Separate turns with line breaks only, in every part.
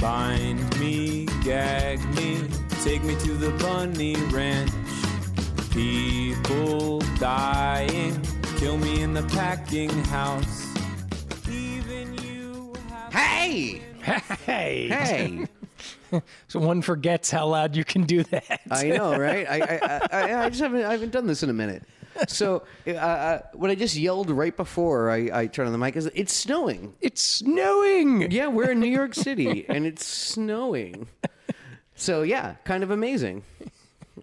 Bind me, gag me, take me to the bunny ranch. People dying, kill me in the packing house. Even you have.
Hey!
Hey.
Hey!
So one forgets how loud you can do that.
I know, right? I, I, I, I just haven't, I haven't done this in a minute. So, uh, uh, what I just yelled right before I, I turned on the mic is, it's snowing.
it's snowing.
Yeah, we're in New York City and it's snowing. So, yeah, kind of amazing.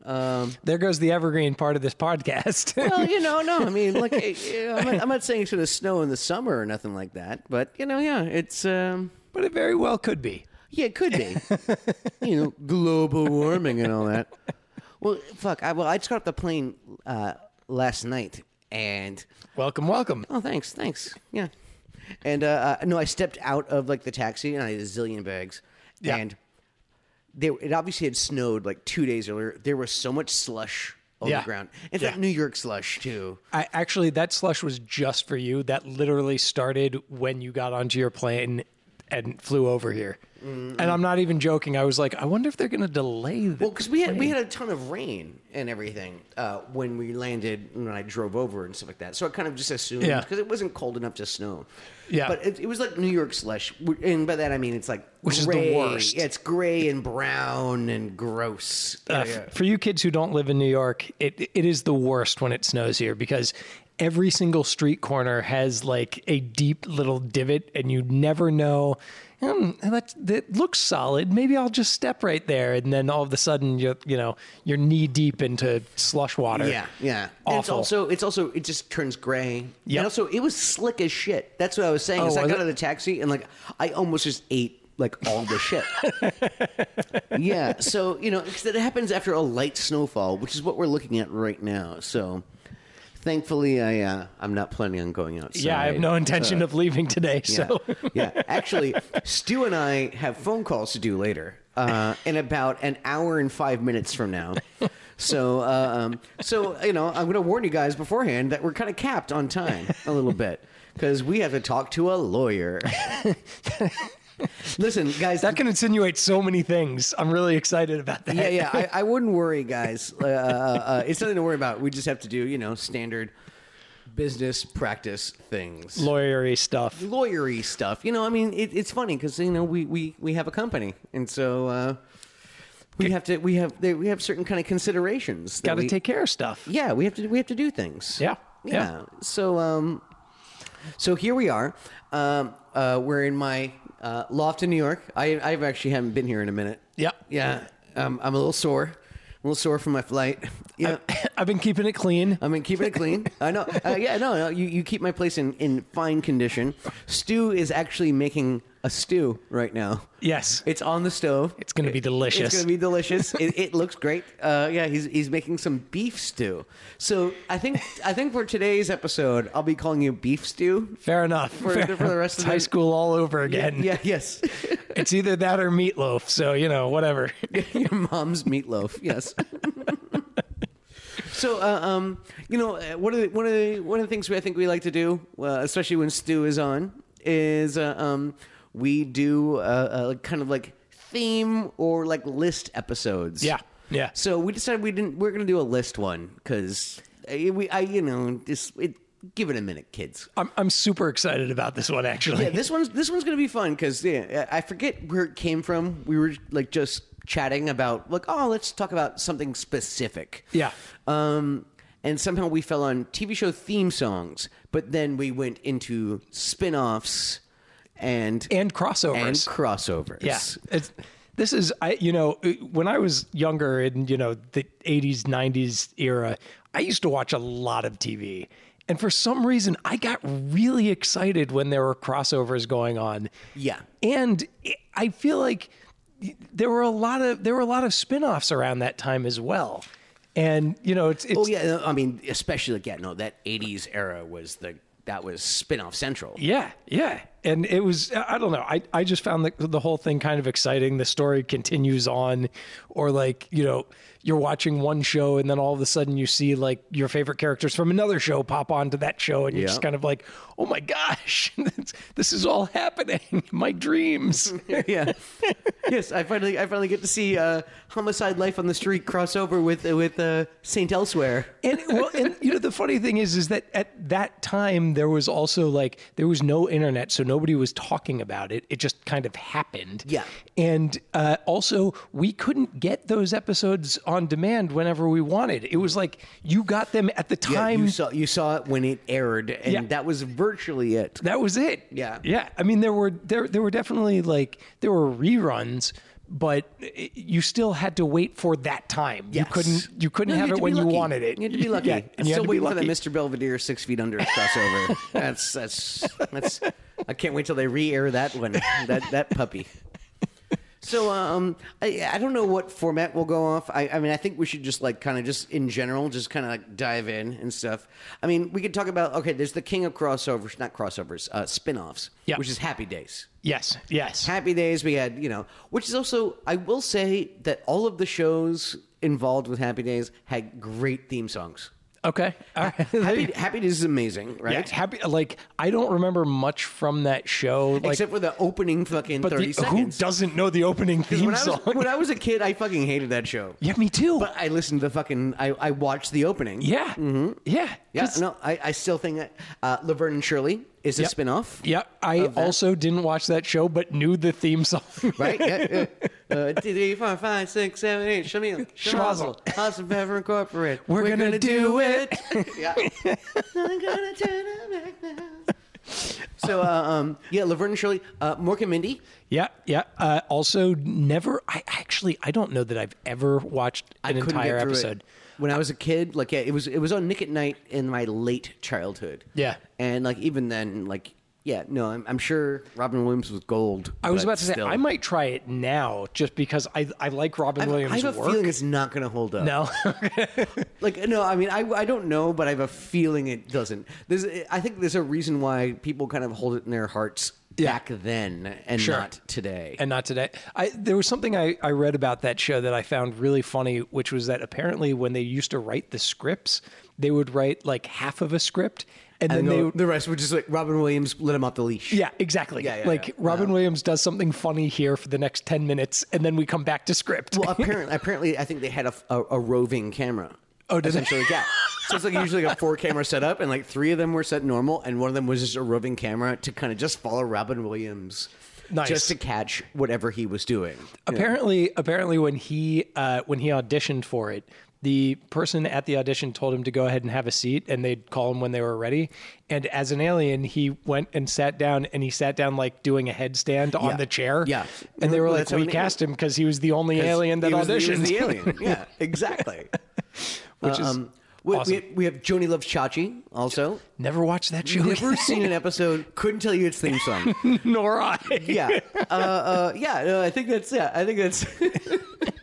There goes the evergreen part of this podcast.
Well, you know, no, I mean, like, eh, eh, I'm not, I'm not saying it's going to snow in the summer or nothing like that, but, you know, yeah, it's, um,
but it very well could be.
yeah, it could be. you know, global warming and all that. Well, fuck, I, well, I just got off the plane uh, last night and.
Welcome, welcome.
Oh, thanks, thanks. Yeah. And uh, uh, no, I stepped out of like the taxi and I had a zillion bags.
Yeah.
And they, it obviously had snowed like two days earlier. There was so much slush on
Yeah.
the ground. It's
Yeah.
like New York slush too.
I actually that slush was just for you. That literally started when you got onto your plane and flew over here. And I'm not even joking. I was like, I wonder if they're going to delay this.
Mm-hmm. Well, because we had we had a ton of rain and everything uh, when we landed and when I drove over and stuff like that. So I kind of just assumed
Yeah.
because it wasn't cold enough to snow.
Yeah.
but it, it was like New York slush, and by that I mean it's like
Which is the
gray.
worst.
Yeah, it's gray and brown and gross.
Uh, f- For you kids who don't live in New York, it it is the worst when it snows here because every single street corner has like a deep little divot, and you never know. Hmm, that that looks solid. Maybe I'll just step right there, and then all of a sudden you you know you're knee deep into slush water.
Yeah, yeah. And It's
Awful.
also it's also it just turns gray. Yeah.
Yep.
And also it was slick as shit. That's what I was saying.
Oh,
is I
was
got out
it?
of the taxi and like I almost just ate like all the shit. yeah. So you know, because it happens after a light snowfall, which is what we're looking at right now. So thankfully, I uh, I'm not planning on going outside.
yeah. I have no intention of leaving today.
Yeah.
So
yeah. Actually, Stu and I have phone calls to do later uh, in about an hour and five minutes from now. So, uh, um, so you know, I'm going to warn you guys beforehand that we're kind of capped on time a little bit because we have to talk to a lawyer. Listen, guys.
that can insinuate so many things. I'm really excited about that.
yeah, yeah. I, I wouldn't worry, guys. Uh, uh, uh, it's nothing to worry about. We just have to do, you know, standard business practice things.
Lawyery stuff.
lawyery stuff. You know, I mean, it, it's funny because you know we, we we have a company, and so uh, we have to we have they, we have certain kind of considerations. that
Got to
we-
take care of stuff.
Yeah, we have to we have to do things.
Yeah,
yeah.
yeah.
So um, so here we are. Um, uh, we're in my uh, loft in New York. I I actually haven't been here in a minute.
Yeah.
Yeah. Um, I'm a little sore. A little sore from my flight. Yeah.
I've been keeping it clean.
I mean, keeping it clean. I know. Uh, yeah, no, no. You, you keep my place in, in fine condition. Stew is actually making a stew right now.
Yes.
It's on the stove.
It's gonna be delicious.
It's going to be delicious. it, it looks great. Uh, yeah, he's, he's making some beef stew. So I think I think for today's episode, I'll be calling you beef stew.
Fair enough.
For-
Fair-
for the rest
it's
of the-
high school all over again.
Yeah, yes.
It's either that or meatloaf. So, you know, whatever.
Your mom's meatloaf. Yes. So, uh, um, you know, uh, one of the, one of the, one of the things we, I think we like to do, uh, especially when Stu is on, is uh, um, we do uh, uh, kind of like theme or like list episodes.
Yeah, yeah.
So we decided we didn't. We're gonna do a list one because we, I, you know, just it, give it a minute, kids.
I'm, I'm super excited about this one, actually.
Yeah, this one's this one's gonna be fun because yeah, I forget where it came from. We were like just chatting about like, oh, let's talk about something specific.
Yeah.
Um, and somehow we fell on TV show theme songs, but then we went into spin-offs and
and
and
crossovers.
crossovers.
yeah. It's, this is, I, you know, uh, when I was younger in, you know, the 80s, 90s era, I used to watch a lot of TV. And for some reason, I got really excited when there were crossovers going on.
Yeah.
and it- I feel like there were a lot of there were a lot of spin-offs around that time as well. And you know, it's, it's
Oh yeah, I mean, especially like yeah, no, that '80s era was the that was spin-off central.
yeah, yeah. and it was I don't know. I I just found the the whole thing kind of exciting. The story continues on, or like you know you're watching one show and then all of a sudden you see like your favorite characters from another show pop onto that show and you're
Yeah.
just kind of like, oh my gosh, this- this is all happening. My dreams.
yeah. yes, I finally I finally get to see uh, Homicide: Life on the Street crossover with with uh, Saint Elsewhere.
And well, and you know the funny thing is, is that at that time there was also like there was no internet, so nobody was talking about it. It just kind of happened.
Yeah.
And uh, also, we couldn't get those episodes on demand whenever we wanted. It was like you got them at the
Yeah,
time.
you saw you saw it when it aired, and
Yeah.
that was virtually it.
that was it.
Yeah.
Yeah. I mean, there were there there were definitely like there were reruns. But it- you still had to wait for that time.
Yes.
You couldn't. You couldn't
No,
have
had
it
to
when
be
you
lucky.
wanted it.
You had to be lucky.
Yeah,
I'm
and you had
still
to be
waiting for that
lucky.
Mr. Belvedere six feet under crossover. that's that's that's. I can't wait till they re-air that one. That that puppy. So um, I, I don't know what format we'll go off. I, I mean, I think we should just like kind of just in general, just kind of like dive in and stuff. I mean, we could talk about okay. There's the king of crossovers, not crossovers, uh, spinoffs,
Yeah.
which is Happy Days.
Yes. Yes.
Happy Days. We had, you know, which is also, I will say that all of the shows involved with Happy Days had great theme songs.
Okay. All right.
Happy, Happy Days is amazing, right?
Yeah, happy. Like I don't remember much from that show. Like,
Except for the opening fucking
but
30
the, who
seconds.
doesn't know the opening theme
when, I
song?
was, when I was a kid, I fucking hated that show.
yeah, me too.
But I listened to the fucking, I, I watched the opening.
yeah. Yeah.
Yeah,
'cause-
no, I, I still think that uh, Laverne and Shirley is a
Yep.
spin spinoff.
Yeah. I
that.
also didn't watch that show, but knew the theme song.
right? Yeah, yeah. Uh, two, three, four, five, six, seven, eight. Shamil, Schmazel,
Schmazel.
Awesome Pepper Incorporated.
We're gonna do
yeah. I'm gonna turn it back now. So, uh, um, yeah, Laverne and Shirley, uh, Mork and Mindy.
yeah. Yeah. Uh, also, never. I actually I don't know that I've ever watched
I
an
couldn't
entire
get through
episode.
It. When I was a kid, like yeah, it was it was on Nick at Night in my late childhood.
Yeah.
and like even then, like yeah, no, I'm, I'm sure Robin Williams was gold.
I was
but
about to say
still.
I might try it now, just because I I like Robin
I have,
Williams'
I have a
work.
feeling it's not going to hold up.
no.
Like no, I mean I, I don't know, but I have a feeling it doesn't. There's I think there's a reason why people kind of hold it in their hearts
Yeah.
back then and
Sure.
not today.
and not today. I there was something I, I read about that show that I found really funny, which was that apparently when they used to write the scripts, they would write like half of a script and,
And
then they
the,
would
the rest were just like Robin Williams let him off the leash.
yeah, exactly.
Yeah, yeah,
like
yeah.
Robin Williams does something funny here for the next ten minutes, and then we come back to script.
Well, apparently, apparently, I think they had a, a, a roving camera.
Oh, did they?
essentially, yeah. So it's like usually like a four camera setup, and like three of them were set normal, and one of them was just a roving camera to kind of just follow Robin Williams,
Nice.
just to catch whatever he was doing.
apparently, apparently when he uh, when he auditioned for it. The person at the audition told him to go ahead and have a seat, and they'd call him when they were ready. And as an alien, he went and sat down, and he sat down like doing a headstand on
Yeah.
the chair.
Yeah.
and they were
Well,
like,
that's how
"We
an
cast him because he was the only alien that
he was,
auditioned."
He was the alien. Yeah, exactly. Um,
which is
We,
awesome.
we, we have Joni loves Chachi also.
never watched that show.
Never seen an episode. Couldn't tell you its theme song.
nor I.
Yeah, uh, uh, yeah. No, I think that's yeah. I think that's.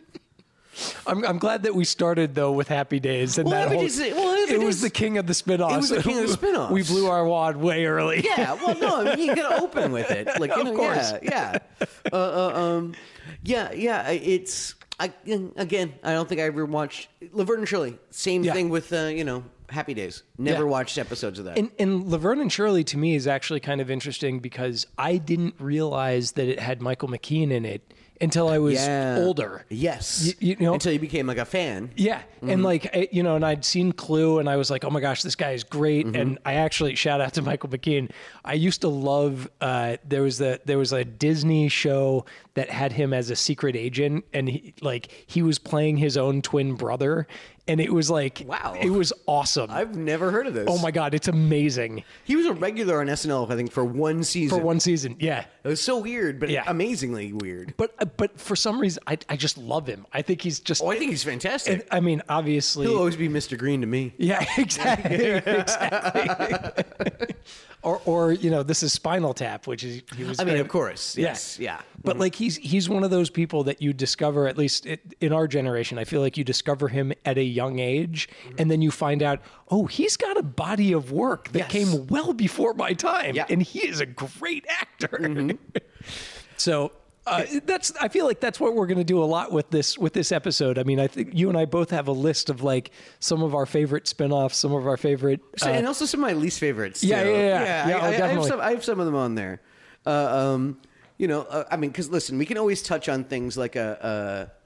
I'm, I'm glad that we started though with Happy Days and
Well,
that
Happy
whole.
Days is- well, Happy
it was
Days-
the king of the spinoffs.
it was the king of the spinoffs.
we blew our wad way early.
Yeah, well, no, I mean, you gotta open with it. Like, you know,
course.
yeah, yeah, uh, uh, um, yeah, yeah. I- It's I again. I don't think I ever watched Laverne and Shirley. Same
Yeah.
thing with uh, you know Happy Days. Never
Yeah.
watched episodes of that.
And, and Laverne and Shirley to me is actually kind of interesting because I didn't realize that it had Michael McKean in it until I was
Yeah.
older.
yes,
Y- you know-
until you became like a fan.
Yeah,
Mm-hmm.
and like I, you know, and I'd seen Clue, and I was like, oh my gosh, this guy is great.
Mm-hmm.
And I actually shout out to Michael McKean. I used to love. Uh, there was the there was a Disney show that had him as a secret agent, and he, like he was playing his own twin brother, and it was like
Wow.
it was awesome.
I've never heard of this.
oh my god, it's amazing
He was a regular on SNL, I think, for one season.
for one season. Yeah.
It was so weird, but
Yeah.
amazingly weird.
But uh, but for some reason, I, I just love him. I think he's just.
Oh, I think he's fantastic.
I mean, obviously,
He'll always be Mr. Green to me.
Yeah, exactly. exactly. or or you know, this is Spinal Tap, which is he was.
I mean,
great-
of course.
Yeah. Uh,
Yes. Yeah. Mm-hmm.
But like he's he's one of those people that you discover at least i in our generation. I feel like you discover him at a young age,
Mm-hmm.
and then you find out, oh, he's got a body of work
Yes.
that came well before my time,
Yeah. Mm-hmm.
and he is a great actor. so. Uh, that's. I feel like that's what we're going to do a lot with this with this episode. I mean, I think you and I both have a list of like some of our favorite spin-offs, some of our favorite. uh,
So, and also some of my least favorites.
Yeah,
too.
yeah, yeah. Yeah,
I-
oh,
I, I, have
definitely.
some. I have some of them on there. Uh, um, you know, uh, I mean, because listen, we can always touch on things like a, uh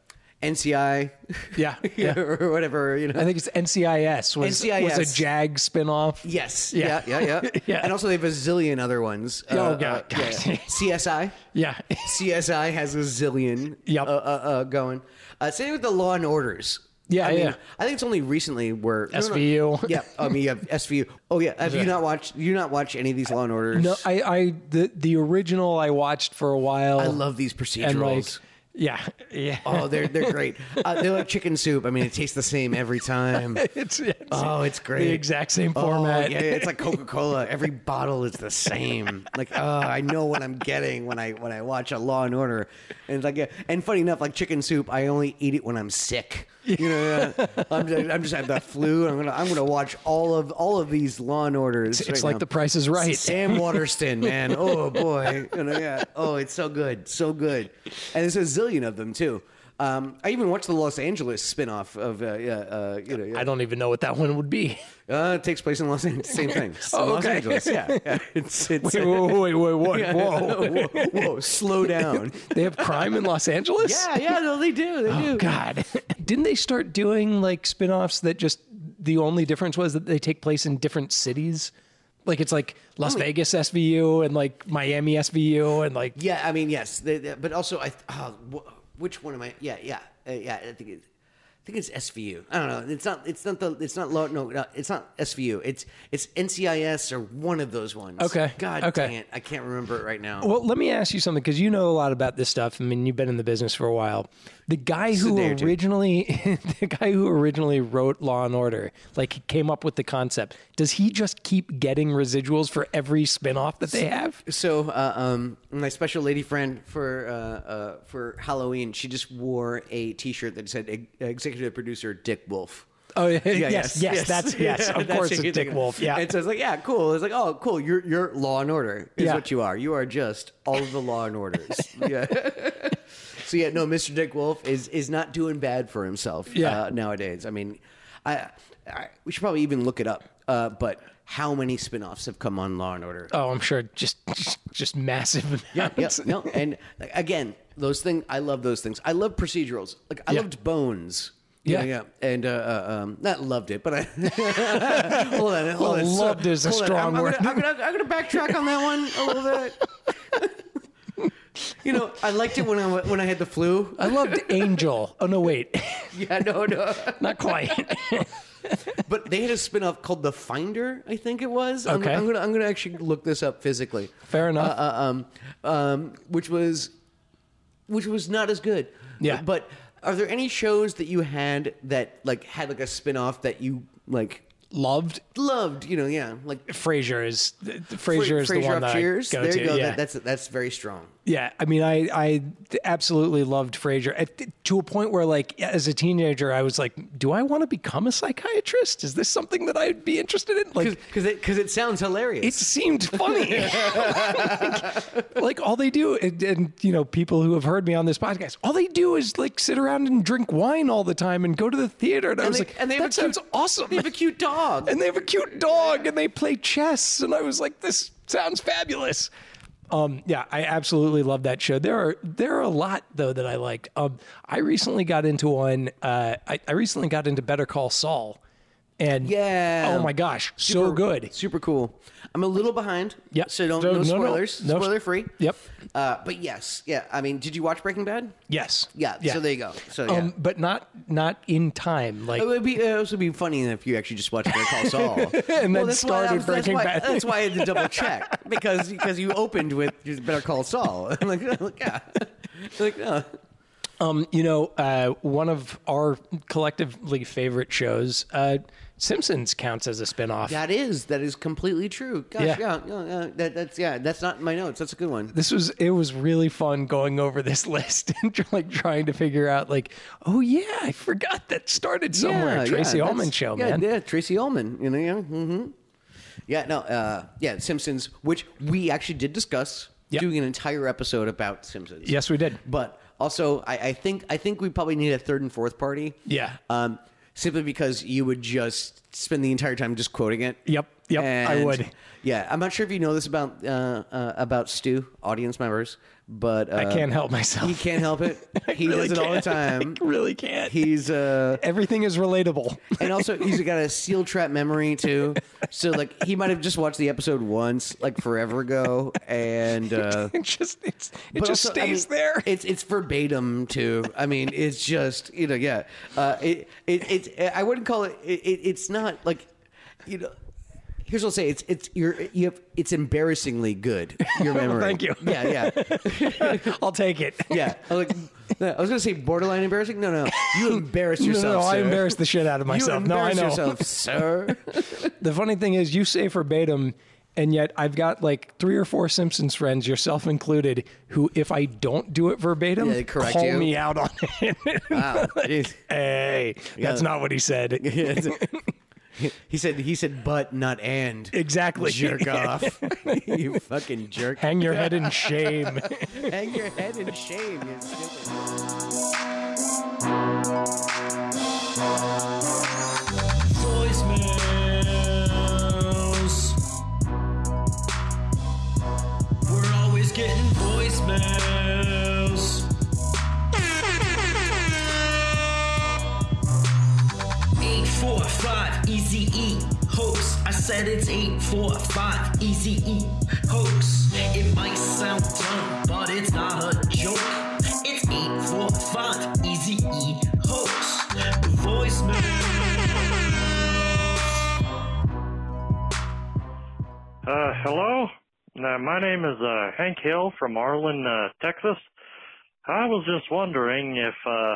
NCI,
Yeah, yeah.
or whatever. You know,
I think it's NCIS was
NCIS.
was a JAG spin-off.
Yes.
Yeah.
Yeah. Yeah. Yeah.
Yeah.
And also, they have a zillion other ones. Uh,
Oh, God.
yeah. CSI.
Yeah.
CSI has a zillion.
Yep.
Uh, uh, uh, going. Uh, same with the Law and Orders.
Yeah,
I mean,
yeah.
I think it's only recently where no, no, no.
SVU.
Yeah, I mean, you have SVU. Oh yeah, have you not watched? You not watch any of these Law and Orders?
No, I, I the the original I watched for a while.
I love these
and like,
procedurals.
yeah, yeah.
oh, they're they're great. Uh, they're like chicken soup. I mean, it tastes the same every time.
It's, it's
Oh, it's great.
the exact same
Oh,
format.
yeah, yeah, it's like Coca Cola. Every bottle is the same. Like, oh, I know what I'm getting when I when I watch a Law and Order. And it's like, yeah. and funny enough, like chicken soup, I only eat it when I'm sick. You know, yeah. I'm just, I'm just I have the flu. I'm gonna I'm gonna watch all of all of these Law and Orders.
It's like The Price is Right.
Sam Waterston, man. Oh boy, You know, yeah. Oh, it's so good, so good. And there's a zillion of them too. Um, I even watched the Los Angeles spinoff of uh, yeah, uh, you know, yeah.
I don't even know what that one would be.
Uh, it takes place in Los Angeles. Same thing.
Oh,
Los
okay.
Angeles. Yeah. yeah. It's, it's,
Wait, wait, wait, wait, wait,
Yeah.
whoa!
whoa, whoa, slow down.
They have crime in Los Angeles.
yeah, yeah, no, they do. They do.
Oh God! Didn't they start doing like spin-offs that just the only difference was that they take place in different cities? Like it's like Las
Oh,
Vegas SVU and like Miami SVU and like
Yeah, I mean, yes. They, they- but also, I, uh, wh- which one am I? Yeah, yeah, uh, yeah. I think it, I think it's SVU. I don't know. It's not. It's not the. It's not low. No, no, it's not SVU. It's it's NCIS or one of those ones.
Okay,
God
okay.
dang it! I can't remember it right now.
Well, let me ask you something because you know a lot about this stuff. I mean, you've been in the business for a while. The guy who
day or two.
originally, the guy who originally wrote Law and Order, like he came up with the concept. Does he just keep getting residuals for every spin-off that they have?
So, uh, um, my special lady friend for uh, uh, for Halloween, she just wore a T-shirt that said "Ex- "Executive Producer Dick Wolf."
Oh yeah, yes, yes, that's yes, of
That's
course,
what
it's
you're
Dick
thinking.
Wolf. Yeah,
and so it's like, yeah, cool. It's like, oh, cool. You're you're Law and Order is
Yeah.
what you are. You are just all of the Law and Orders. yeah. so yeah, no, Mr. Dick Wolf is is not doing bad for himself.
Yeah.
Uh, nowadays, I mean, I, I we should probably even look it up. Uh, but how many spin-offs have come on Law and Order?
oh, I'm sure, just just, just massive.
Yeah, yeah,
amounts.
no, and like, again, those things. I love those things. I love procedurals. Like I
Yeah.
loved Bones. You
Yeah.
know, yeah, and uh, uh, um, not loved it, but I hold on, hold on. So-
loved is a
hold on.
strong
I'm, I'm
word.
Gonna, I'm, gonna, I'm gonna backtrack on that one a little bit. you know, I liked it when I when I had the flu.
I loved Angel. Oh no, wait,
Yeah, no, no.
not quite.
But they had a spin-off called The Finder, I think it was. I'm-
Okay.
I'm, gonna I'm gonna actually look this up physically.
Fair enough.
Uh, uh, um, um, which was which was not as good.
Yeah.
But are there any shows that you had that like had like a spin-off that you like
loved
loved? You know, yeah, like
Frasier is Frasier is the
Frasier
one
off
that
Cheers.
I go
there
to.
you go.
Yeah.
That, that's that's very strong.
Yeah, I mean, I I absolutely loved Frasier At- to a point where, like, as a teenager, I was like, "Do I want to become a psychiatrist? Is this something that I'd be interested in?" Like,
Because it, 'cause it sounds hilarious.
it seemed funny. like, like, all they do, and, and you know, people who have heard me on this podcast, all they do is like sit around and drink wine all the time and go to the theater. And, I was
they-
like,
and they
"That
have a cute-
sounds awesome."
they have a cute dog.
and they have a cute dog and they play chess and i was like this sounds fabulous um, yeah i absolutely love that show there are there are a lot though that i liked um, i recently got into one uh, I, I recently got into better call saul and
Yeah.
oh my gosh so good
Super cool. I'm a little behind.
Yep.
So don't
So
no
no, no.
spoilers.
No.
Spoiler free.
Yep.
Uh, but yes, yeah. I mean, did you watch Breaking Bad?
yes
Yeah. So there you go. So yeah. Oh.
um, but not not in time like
it would be it also be funny if you actually just watched Better Call Saul and
then started Breaking
that's why,
Bad.
That's why I had to double check because because you opened with just Better Call Saul. I'm like, oh, yeah, like no.
Um, you know, uh, one of our collectively favorite shows, uh, Simpsons counts as a spinoff.
That is that is completely true. Gosh, yeah,
Yeah.
yeah, yeah, that, that's yeah, that's not in my notes. That's a good one.
This was it was really fun going over this list and like trying to figure out like, oh yeah, I forgot that started somewhere.
Yeah,
Tracy
yeah,
Ullman
that's-
show,
yeah,
man.
Yeah, Tracy Ullman. You know, yeah, mm-hmm. yeah. No, uh, yeah, Simpsons, which we actually did discuss
Yep.
doing an entire episode about Simpsons.
Yes, we did.
but also I, I think I think we probably need a third and fourth party.
Yeah.
um, simply because you would just spend the entire time just quoting it.
Yep, yep, I
And,
would.
Yeah, I'm not sure if you know this about uh, uh, about Stu, audience members, but uh,
I can't help myself.
He can't help it. He
really
does it all the time.
can't. I really can't.
He's uh,
Everything is relatable.
and also he's got a seal trap memory too. So like he might have just watched the episode once, like forever ago, and uh,
it just it's, it
but
just
also, I
stays
mean,
there.
It's it's verbatim too. I mean, it's just you know, yeah. Uh, it it it's I wouldn't call it, it, it. It's not like you know. Here's what I'll say: it's it's you're you have it's embarrassingly good. Your memory.
Thank you.
Yeah, yeah,
I'll take it.
yeah. I was, like, no, I was gonna say borderline embarrassing. No, no, you embarrass
No, no,
yourself.
no, I
sir.
embarrassed the shit out of myself.
You
No, I
embarrass
know.
yourself, sir.
The funny thing is, you say verbatim, and yet I've got like three or four Simpsons friends, yourself included, who, if I don't do it verbatim,
Yeah, they correct
call
you.
me out on it.
Wow. Jeez.
hey, that's not what he said.
Yeah, it's- he said he said but not and.
Exactly.
Jerk off. you fucking jerk.
Hang your head in shame.
Hang your head in shame, you stupid.
voicemails. We're always getting voicemails. Eight four five easy e hoax. I said it's eight four five easy e hoax. It might sound dumb, but it's not a joke. It's eight four five easy e hoax. Voicemail.
Uh, hello. Uh, my name is uh, Hank Hill from Arlen, uh, Texas. I was just wondering if uh,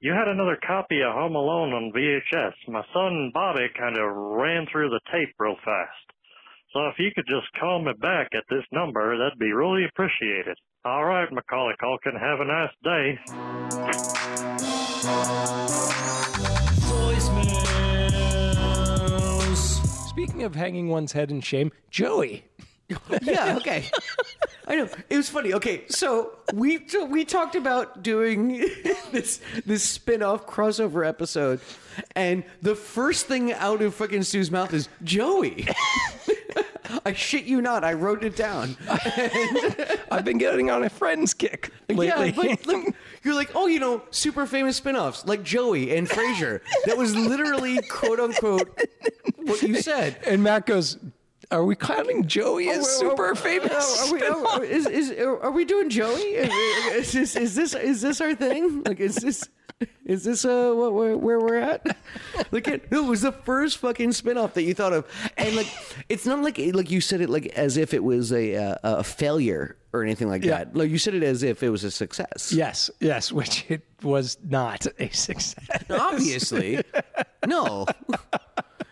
you had another copy of Home Alone on VHS. My son Bobby kind of ran through the tape real fast. So if you could just call me back at this number, that'd be really appreciated. All right, Macaulay Culkin, have a nice day.
voicemails.
Speaking of hanging one's head in shame, Joey.
Yeah, okay. I know. It was funny. Okay, so we so we talked about doing this this spin-off crossover episode and the first thing out of fucking Stu's mouth is Joey. I shit you not. I wrote it down.
I've been getting on a friend's kick lately.
Yeah, like, like, you're like, oh, you know, super famous spin-offs like Joey and Frasier. That was literally quote unquote what you said.
and Matt goes, Are we counting Joey
Oh,
as super famous?
Are we, are, are- is, is, uh, are we doing Joey? Uh, Is this, is this is this our thing? Like, is this is this uh what, where, where we're at? Like, it, no, it was the first fucking spinoff that you thought of, and like, it's not like like you said it like as if it was a uh, a failure or anything like
Yeah.
that. No, you said it as if it was a success.
Yes, yes, which it was not a success.
Obviously, no.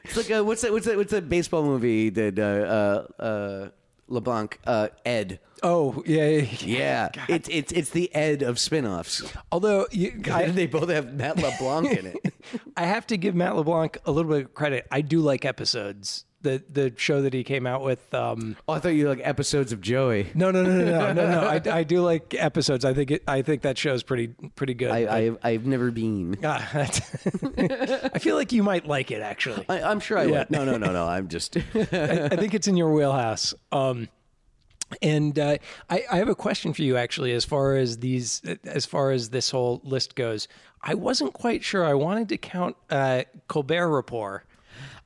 It's like uh what's that? What's that? What's that baseball movie that uh, uh, uh, LeBlanc uh, Ed?
Oh yeah, yeah, yeah.
Yeah, it's it's it's the Ed of spinoffs.
Although you,
I,
I,
they both have Matt LeBlanc in it.
I have to give Matt LeBlanc a little bit of credit. I do like episodes. The the show that he came out with. Um,
Oh, I thought you like episodes of Joey.
no, no, no, no, no, no, no. I, I do like episodes. I think it, I think that show's pretty pretty good.
I, I I've never been.
Ah, that's- I feel like you might like it actually.
I, I'm sure I
Yeah.
would. No, no, no, no. I'm just.
I think it's in your wheelhouse. Um, and uh, I, I have a question for you, actually, as far as these, as far as this whole list goes. I wasn't quite sure. I wanted to count uh, Colbert Report.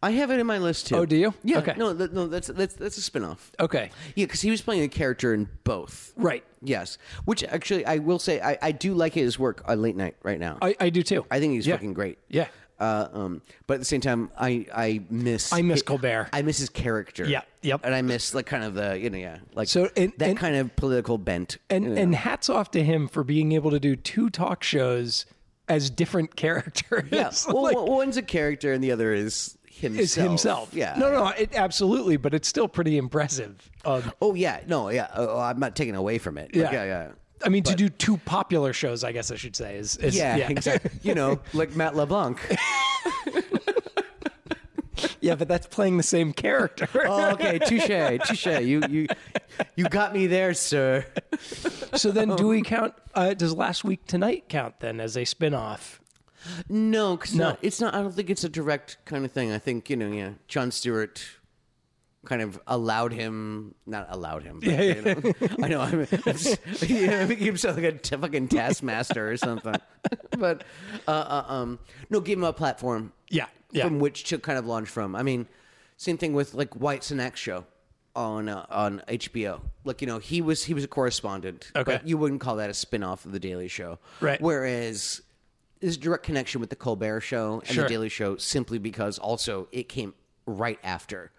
I have it in my list too.
Oh, do you?
Yeah.
Okay.
No, th- no. That's that's that's a spinoff.
Okay,
Yeah, because he was playing a character in both.
right.
Yes, which actually I will say I, I do like his work on late night right now. I,
I, I do too.
think he's
yeah.
fucking great.
Yeah.
Uh, um, but at the same time, I I miss
I miss Colbert.
I miss his character.
Yeah, yep.
And I miss like kind of the you know yeah like
So, and-
that
and-
kind of political bent.
And
you know.
and hats off to him for being able to do two talk shows as different characters.
yeah, well,
Like,
well, one's a character and the other is himself.
is himself.
Yeah.
No, no, it, absolutely, but it's still pretty impressive. Um,
Oh yeah, no, yeah. Oh, I'm not taking away from it. Like, yeah,
Yeah.
yeah.
I mean, to do two popular shows, I guess I should say is, is
Yeah, exactly. You know, like Matt LeBlanc.
yeah, but that's playing the same character.
Oh, okay, touche, touche. You, you, you got me there, sir.
so then, do we count? Uh, does last week tonight count then as a spin-off?
No, because
No.
no. it's not. I don't think it's a direct kind of thing. I think you know, yeah. John Stewart kind of allowed him, not allowed him. But, you know, I know. I'm, I'm just, yeah, I think he himself like a t- fucking taskmaster or something. but uh, uh, um, no, give him a platform.
Yeah, yeah.
From which to kind of launch from. I mean, same thing with like White's and X show on uh, on HBO. Like you know, he was he was a correspondent.
Okay.
but you wouldn't call that a spin off of the Daily Show.
Right.
Whereas there's a direct connection with the Colbert Show and
Sure.
the Daily Show simply because also it came right after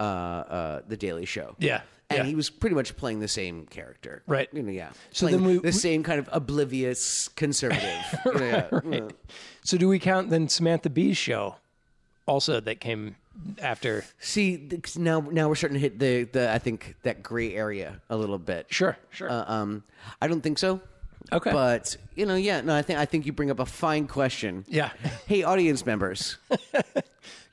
uh, uh, the Daily Show.
Yeah,
And
yeah.
he was pretty much playing the same character.
Right.
You know, yeah.
So
Playing
then we-
the same kind of oblivious conservative. You know, yeah. Yeah.
So do we count then Samantha Bee's show, also that came after?
See, th- 'cause now now we're starting to hit the, the I think that gray area a little bit.
Sure, sure.
Uh, um, I don't think so.
Okay.
But you know, yeah, no, I think I think you bring up a fine question.
Yeah.
Hey, audience members,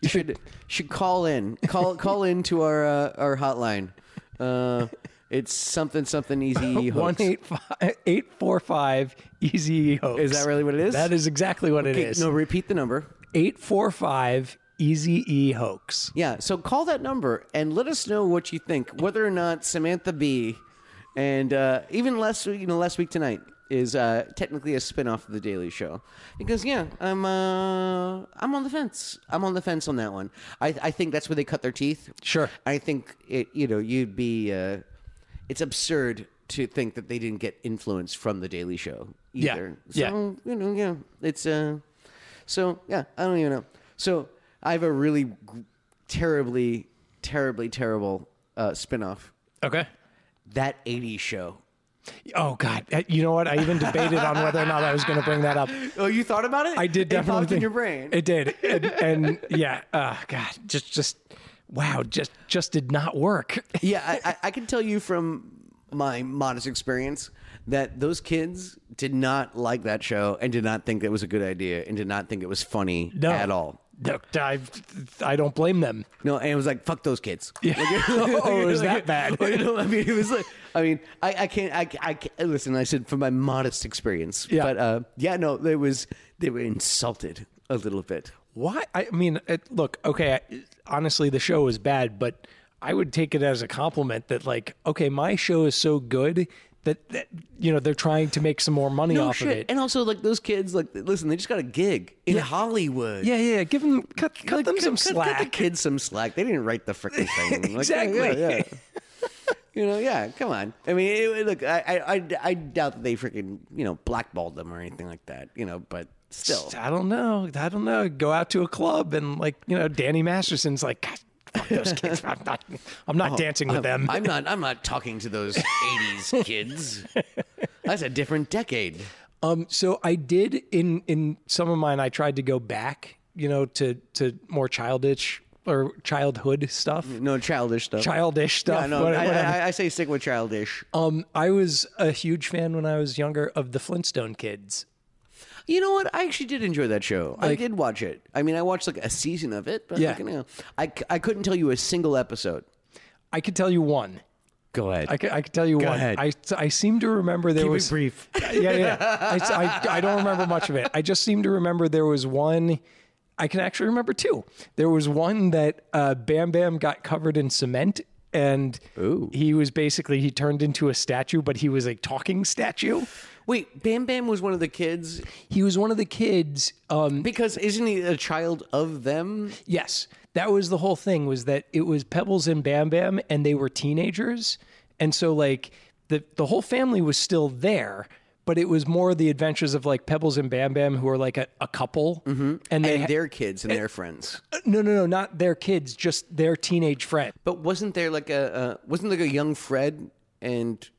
you should should call in call call in to our uh, our hotline. Uh, it's something something easy.
One
hoax.
eight five eight four five easy hoax.
Is that really what it is?
That is exactly what it
Okay,
is.
No, repeat the number.
Eight four five easy e hoax.
Yeah, so call that number and let us know what you think, whether or not Samantha B. and uh, even last you know last week tonight is uh, technically a spinoff of the Daily Show because yeah, I'm uh, I'm on the fence. I'm on the fence on that one. I I think that's where they cut their teeth.
Sure.
I think it. You know, you'd be. Uh, it's absurd to think that they didn't get influence from the Daily Show
Yeah,
either.
yeah.
So you know, yeah, it's uh, so yeah, I don't even know. So I have a really g- terribly, terribly terrible uh, spinoff.
Okay.
That '80s show.
Oh God! Uh, You know what? I even debated on whether or not I was going to bring that up.
Oh, you thought about it?
I did
It
definitely
popped in
think-
your brain.
It did, and, and yeah. Oh God! Just, just wow! Just, just did not work.
yeah, I, I, I can tell you from my modest experience that those kids did not like that show and did not think that was a good idea and did not think it was funny
No.
at all.
No, I, I don't blame them.
No, and it was like fuck those kids. Yeah.
oh, it was that bad.
you know, I mean, it was like, I mean, I, I can't, I, I can't, listen, I said from my modest experience,
Yeah.
but uh, yeah, no, there was, they were insulted a little bit.
Why? I mean, it, look. Okay. I, honestly, the show was bad, but I would take it as a compliment that, like, okay, my show is so good that, that you know they're trying to make some more money
No
off of
shit.
it.
And also, like, those kids, like, listen, they just got a gig in Hollywood.
yeah, yeah. Give them cut, cut
Like,
them
cut-
some
cut-
slack.
Cut the kids some slack. They didn't write the freaking thing. Like, yeah,
Exactly.
yeah, yeah. You know, yeah. Come on. I mean, it, look, I, I, I, I doubt that they freaking, you know, blackballed them or anything like that. You know, but still,
I don't know. I don't know. Go out to a club and like you know, Danny Masterson's like, God, fuck those kids. I'm not. I'm
Oh,
not dancing with them.
Um, I'm not. I'm not talking to those '80s kids. That's a different decade.
Um, so I did in in some of mine. I tried to go back, you know, to to more childish or childhood stuff,
No childish stuff.
childish stuff.
Yeah, no,
what-
I,
whatever.
I, I say stick with childish.
um, I was a huge fan when I was younger of the Flintstone Kids.
You know what? I actually did enjoy that show. I did watch it. I mean, I watched like a season of it, but
Yeah.
like, you know, I, c- I couldn't tell you a single episode.
I could tell you one.
Go ahead.
I could, I could tell you one.
ahead.
I I seem to remember there was
brief.
yeah, yeah. I, I, I don't remember much of it. I just seem to remember there was one. I can actually remember two. There was one that uh, Bam Bam got covered in cement, and he was basically he turned into a statue, but he was a talking statue.
Wait, Bam Bam was one of the kids
He was one of the kids. Um,
because isn't he a child of them?
yes, that was the whole thing. Was that it was Pebbles and Bam Bam, and they were teenagers, and so like the the whole family was still there. but it was more the adventures of like Pebbles and Bam Bam, who are like a, a couple, and they
Mm-hmm. and their kids and
Eh.
their friends.
no no no not their kids, just their teenage friend.
But wasn't there like a uh, wasn't like a young Fred and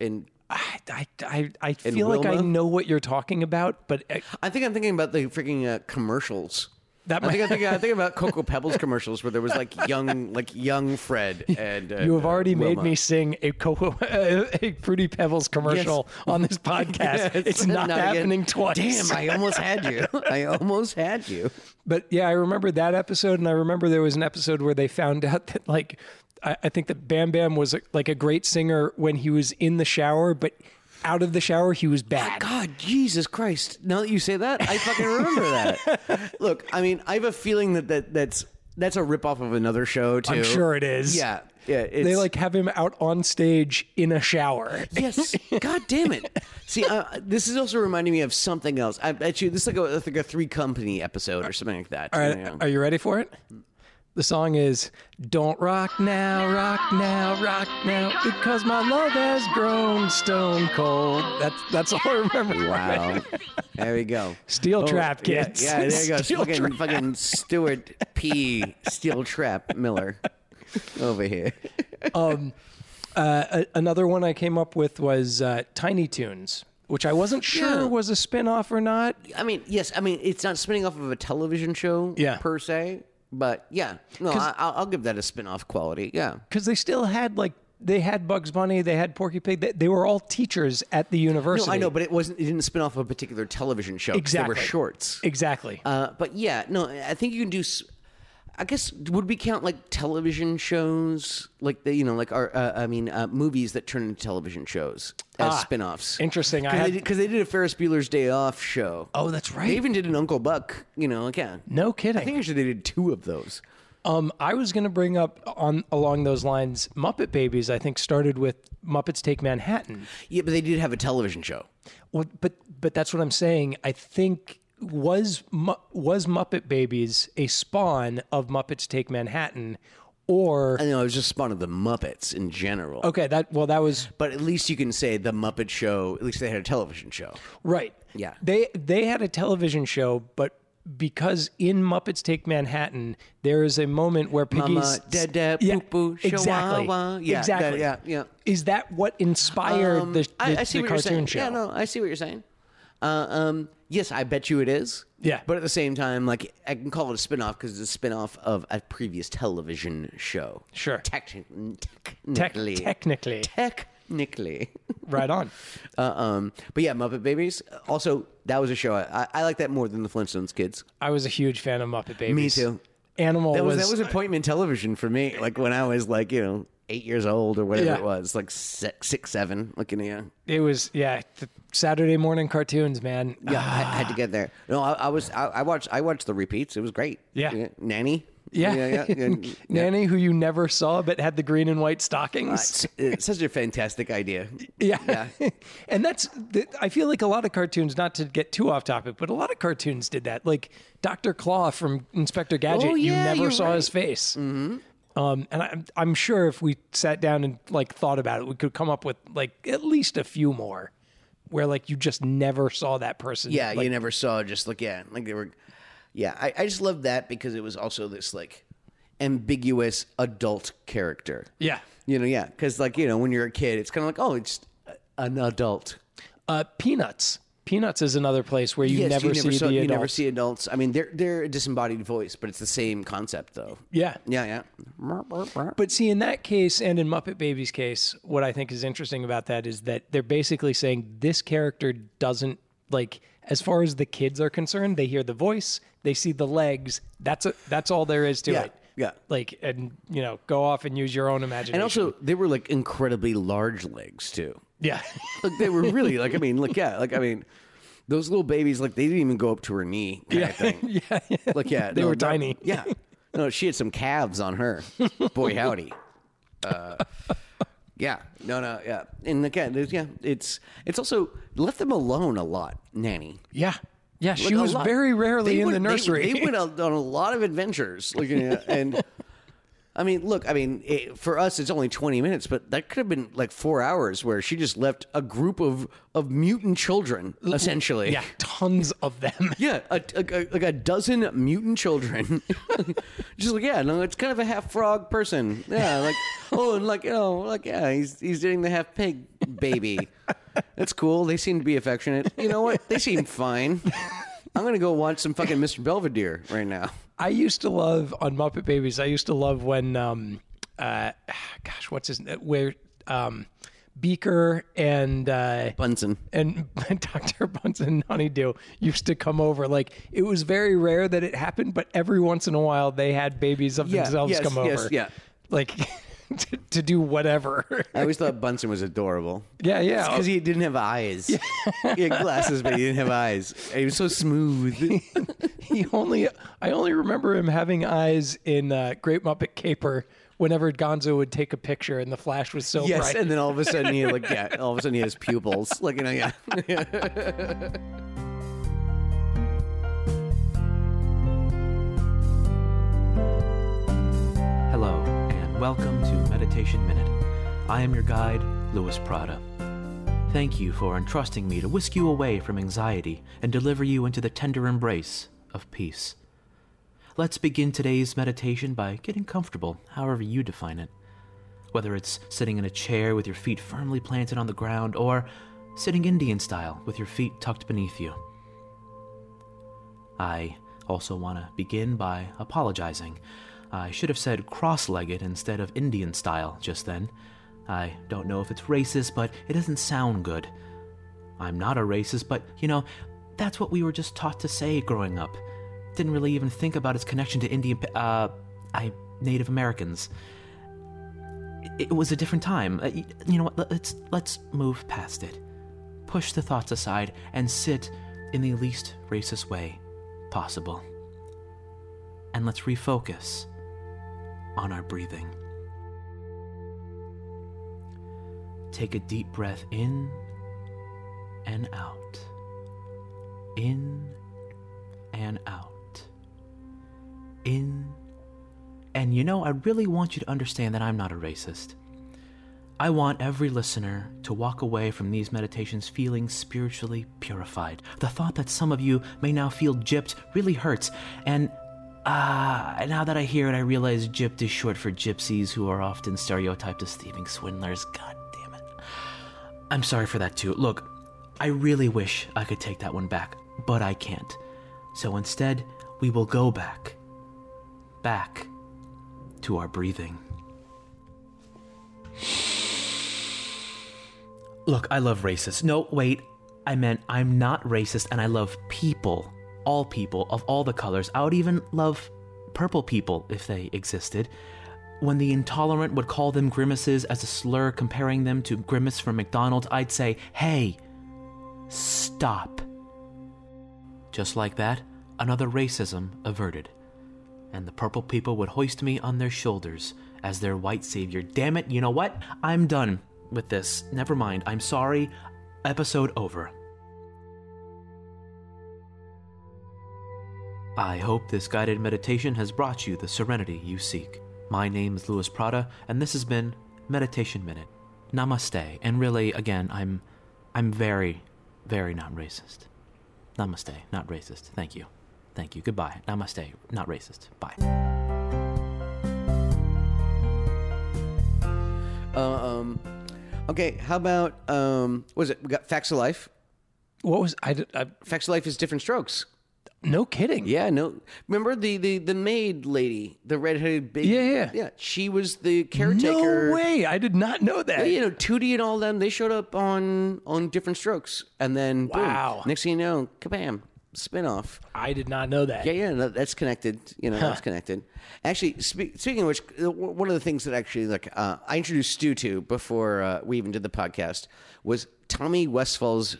and
I I I, I feel like I
Wilma?
know what you're talking about, but uh,
I think I'm thinking about the freaking uh, commercials.
That
I think I
might-
think I think about Cocoa Pebbles commercials where there was like young like young Fred and uh,
you have already
uh,
made
Wilma.
me sing a Coco, a Fruity Pebbles commercial on this podcast. It's not,
again.
happening twice.
Damn, I almost had you. I almost had you.
But yeah, I remember that episode, and I remember there was an episode where they found out that like I, I think that Bam Bam was like a great singer when he was in the shower, but out of the shower he was bad.
God, Jesus Christ! Now that you say that, I fucking remember that. Look, I mean, I have a feeling that, that that's that's a ripoff of another show too.
I'm sure it is.
Yeah, yeah. It's,
They like have him out on stage in a shower.
yes. God damn it! See, uh, this is also reminding me of something else. I bet you this is like a like a three company episode or something like that.
All right,
Yeah.
are you ready for it? The song is Don't Rock Now, Rock Now, Rock Now, because my love has grown stone cold. That's that's all I remember. from it.
Wow. Um, There we go. Oh,
Steel trap,
yeah,
kids.
Yeah, there you go.
Steel
fucking,
trap.
fucking Stuart P. Steel Trap Miller over here.
A- another one I came up with was uh, Tiny Toons, which I wasn't sure
Yeah.
was a spin-off or not.
I mean, yes, I mean, it's not spinning off of a television show
Yeah.
per se, but yeah. No, I, I'll, I'll give that a spin off quality. Yeah.
Because they still had like they had Bugs Bunny, they had Porky Pig. They, they were all teachers at the
No,
university.
I know, but it wasn't. It didn't spin off a particular television show. 'cause
exactly
They were shorts.
Exactly.
Uh, but yeah, no, I think you can do. s- I guess would we count like television shows, like the you know, like our uh, I mean, uh, movies that turn into television shows as
Ah,
spin-offs.
interesting. I
Because
had-
they, did- 'cause they did a Ferris Bueller's Day Off show.
oh, that's right.
They even did an Uncle Buck. You know, like, yeah.
no kidding.
I think actually they did two of those.
Um, I was going to bring up on along those lines. Muppet Babies, I think, started with Muppets Take Manhattan.
Yeah, but they did have a television show.
Well, but but that's what I'm saying. I think was Mu- was Muppet Babies a spawn of Muppets Take Manhattan, or
I know it was just spawned of the Muppets in general.
okay, that well, that was
But at least you can say the Muppet Show. At least they had a television show.
Right.
Yeah.
They they had a television show, but because in Muppets Take Manhattan, there is a moment where Piggy's
Mama, dada, poo-poo,
exactly,
chihuahua. Yeah, that-
exactly,
yeah, yeah.
Is that what inspired
Um,
the, Mm-hmm. the,
I, I see
the
what
cartoon
you're saying.
show?
Yeah, no, I see what you're saying. Uh, um, yes, I bet you it is.
Yeah.
But at the same time, like I can call it a spin-off because it's a spin-off of a previous television show.
Sure.
Techni-
Tec-
technically.
technically,
technically.
right on.
uh, um, but yeah, Muppet Babies. Also, that was a show. I, I, I like that more than the Flintstones Kids.
I was a huge fan of Muppet
Me
Babies.
too.
Animal
That was,
was,
that was appointment television for me. Like when I was like you know eight years old or whatever
Yeah.
it was, like six, six seven. Like in yeah.
it was yeah the Saturday morning cartoons man.
Yeah, I I had to get there. No, I, I was I, I watched I watched the repeats. It was great.
Yeah.
nanny.
Yeah.
yeah, yeah, yeah.
Nanny, who you never saw but had the green and white
It's,
stockings.
it's such a fantastic idea.
Yeah. and that's, th- I feel like a lot of cartoons, not to get too off topic, but a lot of cartoons did that. Like Dr. Claw from Inspector Gadget,
Oh,
you
yeah,
never
you're
saw his face. Mm-hmm. Um, and I'm, I'm sure if we sat down and like thought about it, we could come up with like at least a few more where like you just never saw that person.
Yeah,
Like,
you never saw just like yeah, like they were. Yeah, I, I just loved that because it was also this like ambiguous adult character.
Yeah.
You know, yeah, because like you know when you're a kid, it's kind of like oh, it's an adult.
Uh, Peanuts. Peanuts is another place where you
Yes,
never see
saw-
the
you never
adults.
see adults. I mean, they're they're a disembodied voice, but it's the same concept though.
yeah.
Yeah, yeah.
But see, in that case, and in Muppet Babies' case, what I think is interesting about that is that they're basically saying this character doesn't like, as far as the kids are concerned, they hear the voice, they see the legs. That's a, that's all there is to
Yeah,
it.
yeah.
Like, and you know, go off and use your own imagination.
And also, they were like incredibly large legs too.
yeah,
Like they were really like I mean, like yeah, like I mean, those little babies like they didn't even go up to her knee kind of thing.
yeah, yeah.
Like yeah,
They
no,
were
that-
tiny.
Yeah, no, she had some calves on her. Boy howdy. Uh, Yeah, no, no, yeah, and again, there's, yeah, it's it's also left them alone a lot, nanny.
yeah, yeah. She
Like, a
was
lot.
very rarely
They
in the
went- they-
nursery.
They, went out on a lot of adventures, like, you know, and I mean, look, I mean, it, for us, it's only 20 minutes, but that could have been like four hours where she just left a group of, of mutant children, essentially.
Yeah, tons of them.
Yeah, a, a, a- like a dozen mutant children. just like, yeah, no, it's kind of a half frog person. Yeah, like, oh, and like, oh, like, yeah, he's, he's doing the half pig baby. That's cool. They seem to be affectionate. You know what? They seem fine. I'm going to go watch some fucking Mr. Belvedere right now.
I used to love on Muppet Babies. I used to love when, um, uh, gosh, what's his name? Where um, Beaker and uh,
Bunsen.
and Dr. Bunsen Honeydew used to come over. Like it was very rare that it happened, but every once in a while they had babies of
Yeah,
themselves
yes,
come over.
yes, yeah.
Like to, to do whatever.
I always thought Bunsen was adorable.
yeah, yeah.
Because he didn't have eyes. he had glasses, but he didn't have eyes. And he was so smooth.
he only I only remember him having eyes in uh, Great Muppet Caper whenever Gonzo would take a picture and the flash was so
yes,
bright.
and then all of a sudden he like yeah, all of a sudden he has pupils. Like you know, yeah.
Hello, and welcome to Meditation Minute. I am your guide, Louis Prada. Thank you for entrusting me to whisk you away from anxiety and deliver you into the tender embrace of peace. Let's begin today's meditation by getting comfortable, however you define it. Whether it's sitting in a chair with your feet firmly planted on the ground or sitting Indian style with your feet tucked beneath you. I also want to begin by apologizing. I should have said cross legged instead of Indian style just then. I don't know if it's racist, but it doesn't sound good. I'm not a racist, but you know, that's what we were just taught to say growing up. Didn't really even think about its connection to Indian, pa- uh, I Native Americans. It- It was a different time. Uh, y- You know what? let- Let's let's move past it. Push the thoughts aside and sit in the least racist way possible. And let's refocus on our breathing. Take a deep breath in and out. In and out. In. And you know, I really want you to understand that I'm not a racist. I want every listener to walk away from these meditations feeling spiritually purified. The thought that some of you may now feel gypped really hurts, and ah, now that I hear it, I realize gypped is short for gypsies who are often stereotyped as thieving swindlers. God damn it. I'm sorry for that too. Look, I really wish I could take that one back, but I can't. So instead, we will go back. Back to our breathing. Look, I love racists. No, wait. I meant I'm not racist and I love people. All people of all the colors. I would even love purple people if they existed. When the intolerant would call them grimaces as a slur, comparing them to Grimace from McDonald's, I'd say, hey, stop. Just like that, another racism averted. And the purple people would hoist me on their shoulders as their white savior. Damn it, you know what? I'm done with this. Never mind, I'm sorry. Episode over. I hope this guided meditation has brought you the serenity you seek. My name is Louis Prada, and this has been Meditation Minute. Namaste. And really, again, I'm, I'm very, very not racist. Namaste, not racist. Thank you. Thank you. Goodbye. Namaste, not racist. Bye.
Uh, um, okay, how about um, what is it? We got Facts of Life.
what was I, did- I?
Facts of Life is different strokes.
No kidding.
Yeah, no. Remember the the the maid lady, the redheaded baby.
Yeah, yeah.
yeah. She was the caretaker.
No way! I did not know
Yeah,
that.
You know, Tootie and all them, they showed up on on different strokes, and then boom,
Wow.
next thing you know, kabam, spin off.
I did not know that.
Yeah, yeah, no, that's connected. You know, that's connected. Actually, spe- speaking of which, uh, w- one of the things that actually, like, uh, I introduced Stu to before uh, we even did the podcast was Tommy Westfall's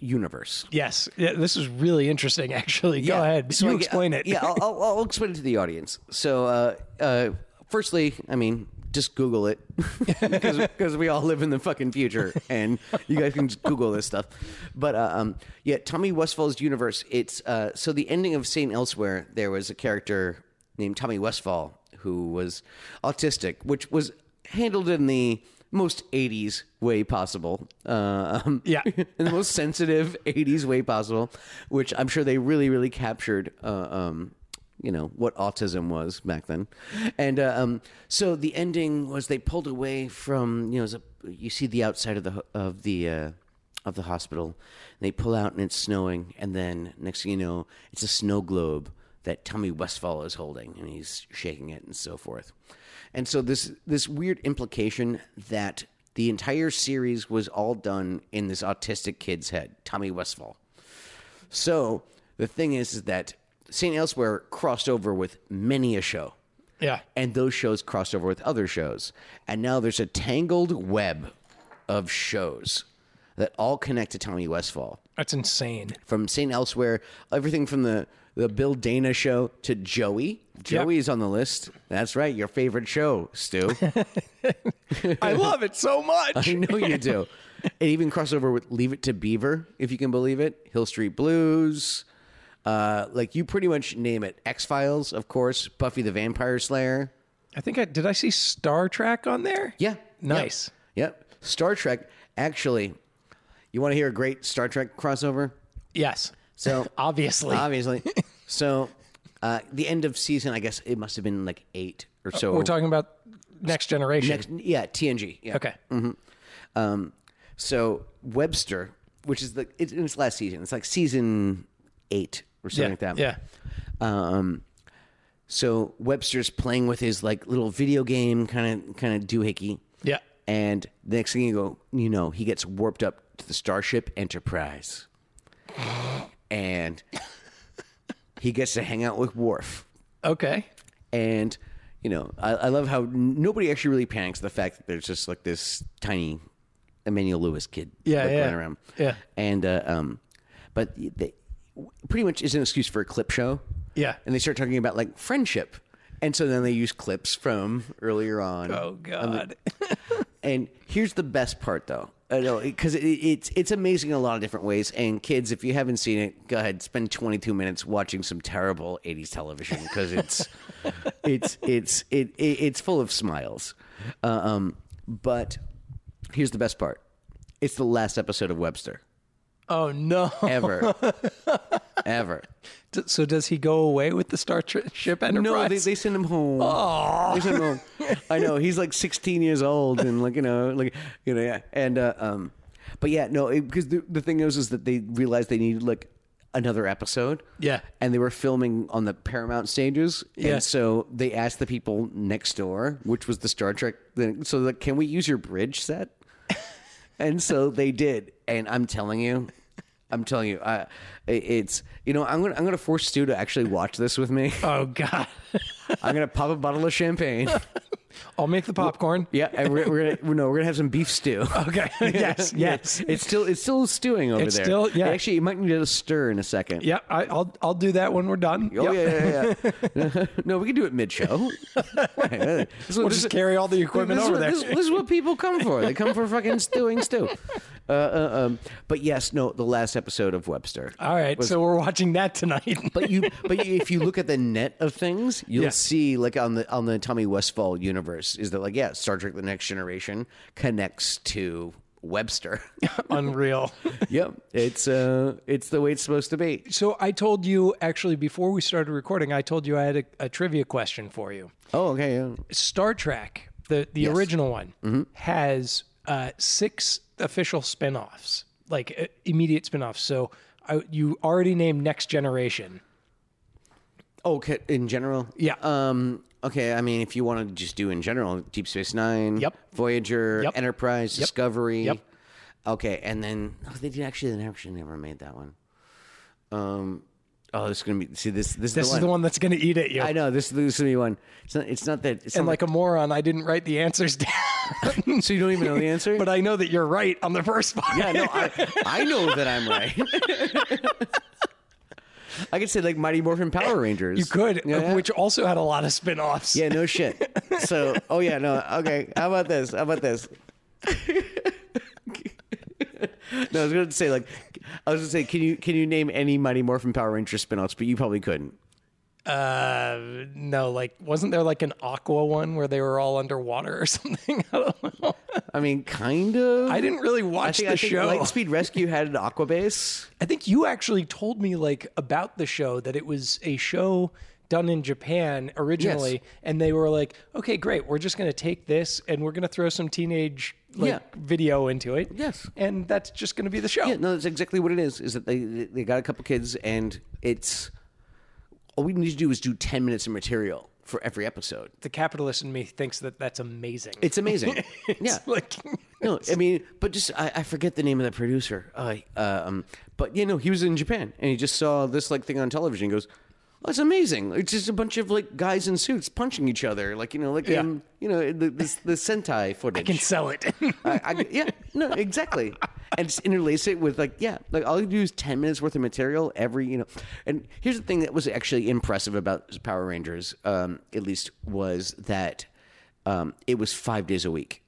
universe.
Yes, yeah, this is really interesting. Actually, go ahead.
So
you
I-
explain it.
Yeah, I'll, I'll, I'll explain it to the audience. So, uh, uh, firstly, I mean, just Google it because we all live in the fucking future, and you guys can just Google this stuff. But uh, um, yeah, Tommy Westfall's universe. It's uh, so the ending of Saint Elsewhere. There was a character named Tommy Westfall who was autistic, which was handled in the most 80s way possible. Um,
Yeah.
in the most sensitive 80s way possible, which I'm sure they really, really captured, uh, um, you know, what autism was back then. And uh, um, so the ending was they pulled away from, you know, it was a, you see the outside of the, ho- of the, uh, of the hospital, and they pull out and it's snowing, and then next thing you know, it's a snow globe that Tommy Westfall is holding, and he's shaking it and so forth. And so this this weird implication that the entire series was all done in this autistic kid's head, Tommy Westfall. So the thing is, is that St. Elsewhere crossed over with many a show
Yeah.
and those shows crossed over with other shows. And now there's a tangled web of shows that all connect to Tommy Westfall.
That's insane.
From St. Elsewhere, everything from the, the Bill Dana show to Joey. Joey's on the list. That's right, your favorite show, Stu.
I love it so much.
I know you do. It even crossed over with Leave It to Beaver, if you can believe it. Hill Street Blues. Uh, like you pretty much name it. X Files, of course. Buffy the Vampire Slayer.
I think I did I see Star Trek on there?
Yeah.
Nice.
Yep. yep. Star Trek. Actually, you want to hear a great Star Trek crossover?
Yes.
So
Obviously.
obviously. so uh, the end of season, I guess it must have been like eight or so.
Uh, We're talking about next generation.
next, Mm, yeah, TNG. Yeah.
okay.
So Webster, which is the it's in its last season, it's like season eight or something
yeah.
like that.
yeah.
Um, so Webster's playing with his like little video game kind of kind of doohickey.
Yeah.
And the next thing you go, you know, he gets warped up to the Starship Enterprise, and he gets to hang out with Worf.
Okay.
And you know, I, I love how n- nobody actually really panics the fact that there's just like this tiny Emmanuel Lewis kid,
Yeah,
like,
yeah.
running around,
Yeah.
And uh, um, but they, pretty much is an excuse for a clip show.
Yeah.
and they start talking about like friendship, and so then they use clips from earlier on.
Oh God.
And here's the best part, though, because it, it's it's amazing in a lot of different ways. And kids, if you haven't seen it, go ahead spend 22 minutes watching some terrible 80s television because it's it's it's it, it it's full of smiles. Uh, um, but here's the best part: it's the last episode of Webster
oh no.
ever, ever.
D- So does he go away with the Star Trek ship Enterprise?
No, they, they send him home.
Oh.
They send him home. I know he's like 16 years old, and like you know, like you know, yeah. And uh, um, but yeah, no, it- because the the thing is, is that they realized they needed like another episode.
Yeah.
and they were filming on the Paramount stages.
Yeah.
and so they asked the people next door, which was the Star Trek. Thing, so like, can we use your bridge set? and so they did, and I'm telling you. I'm telling you, I, it's you know I'm gonna I'm gonna force Stu to actually watch this with me.
oh God.
I'm gonna pop a bottle of champagne.
I'll make the popcorn.
Yeah, and we're, we're gonna no, we're gonna have some beef stew.
Okay. yes. Yes.
It's still it's still stewing over
It's
there.
still- yeah.
Actually, you might need a stir in a second.
Yeah. I, I'll I'll do that when we're done.
Oh
Yep.
yeah, yeah, yeah, yeah. no, we can do it mid-show. we'll
We'll just carry all the equipment
this
over
is,
there.
This, this is what people come for. They come for fucking stewing stew. Uh, uh, um, but yes, no, the last episode of Webster.
All right. so we're watching that tonight.
but you but you, if you look at the net of things you'll
Yeah.
see like on the on the tommy westfall universe is that like yeah star trek the next generation connects to webster
Unreal.
yep it's uh it's the way it's supposed to be
So I told you actually before we started recording, I told you I had a, a trivia question for you.
oh okay yeah.
Star Trek, the the original one,
Mm-hmm.
has uh, six official spin-offs, like uh, immediate spin-offs. So I, you already named Next Generation.
okay Oh, in general
Yeah.
um okay i mean if you want to just do in general deep space nine
Yep.
voyager
Yep.
enterprise discovery
Yep.
okay and then oh they did actually they actually never made that one um oh this is gonna be see this this,
This is the one that's going to eat at you.
I know this, this is gonna be one. It's not, it's not that. It's
and
not
like a moron, I didn't write the answers down,
so you don't even know the answer.
but I know that you're right on the first part.
yeah, no, I, I know that I'm right. I could say like Mighty Morphin Power Rangers.
you could,
Yeah, yeah.
which also had a lot of spin-offs.
yeah, no shit. So, oh yeah, no, okay. How about this? How about this? no, I was gonna say like, I was gonna say, can you can you name any Mighty Morphin Power Ranger spinoffs? But you probably couldn't.
Uh, no, like wasn't there like an aqua one where they were all underwater or something? I don't know.
I mean, kind of.
I didn't really watch
I think,
the
I think
show.
Lightspeed Rescue had an aqua base.
I think you actually told me like about the show that it was a show done in Japan originally,
Yes.
and they were like, "Okay, great, we're just going to take this and we're going to throw some teenage like
Yeah.
video into it."
Yes.
and that's just going to be the show.
Yeah, no, that's exactly what it is. Is that they they got a couple kids and it's all we need to do is do ten minutes of material for every episode.
The capitalist in me thinks that that's amazing.
It's amazing. yeah,
like
no, I mean, but just I, I forget the name of the producer. Uh, um, but you know, he was in Japan and he just saw this like thing on television. and goes, oh, "That's amazing! It's just a bunch of like guys in suits punching each other, like you know, like
Yeah.
um, you know, the, this the Sentai footage."
I can sell it.
I, I, yeah, no, exactly. And just interlace it with like, yeah, like all you do is ten minutes worth of material every, you know. And here's the thing that was actually impressive about Power Rangers, um, at least, was that um, it was five days a week.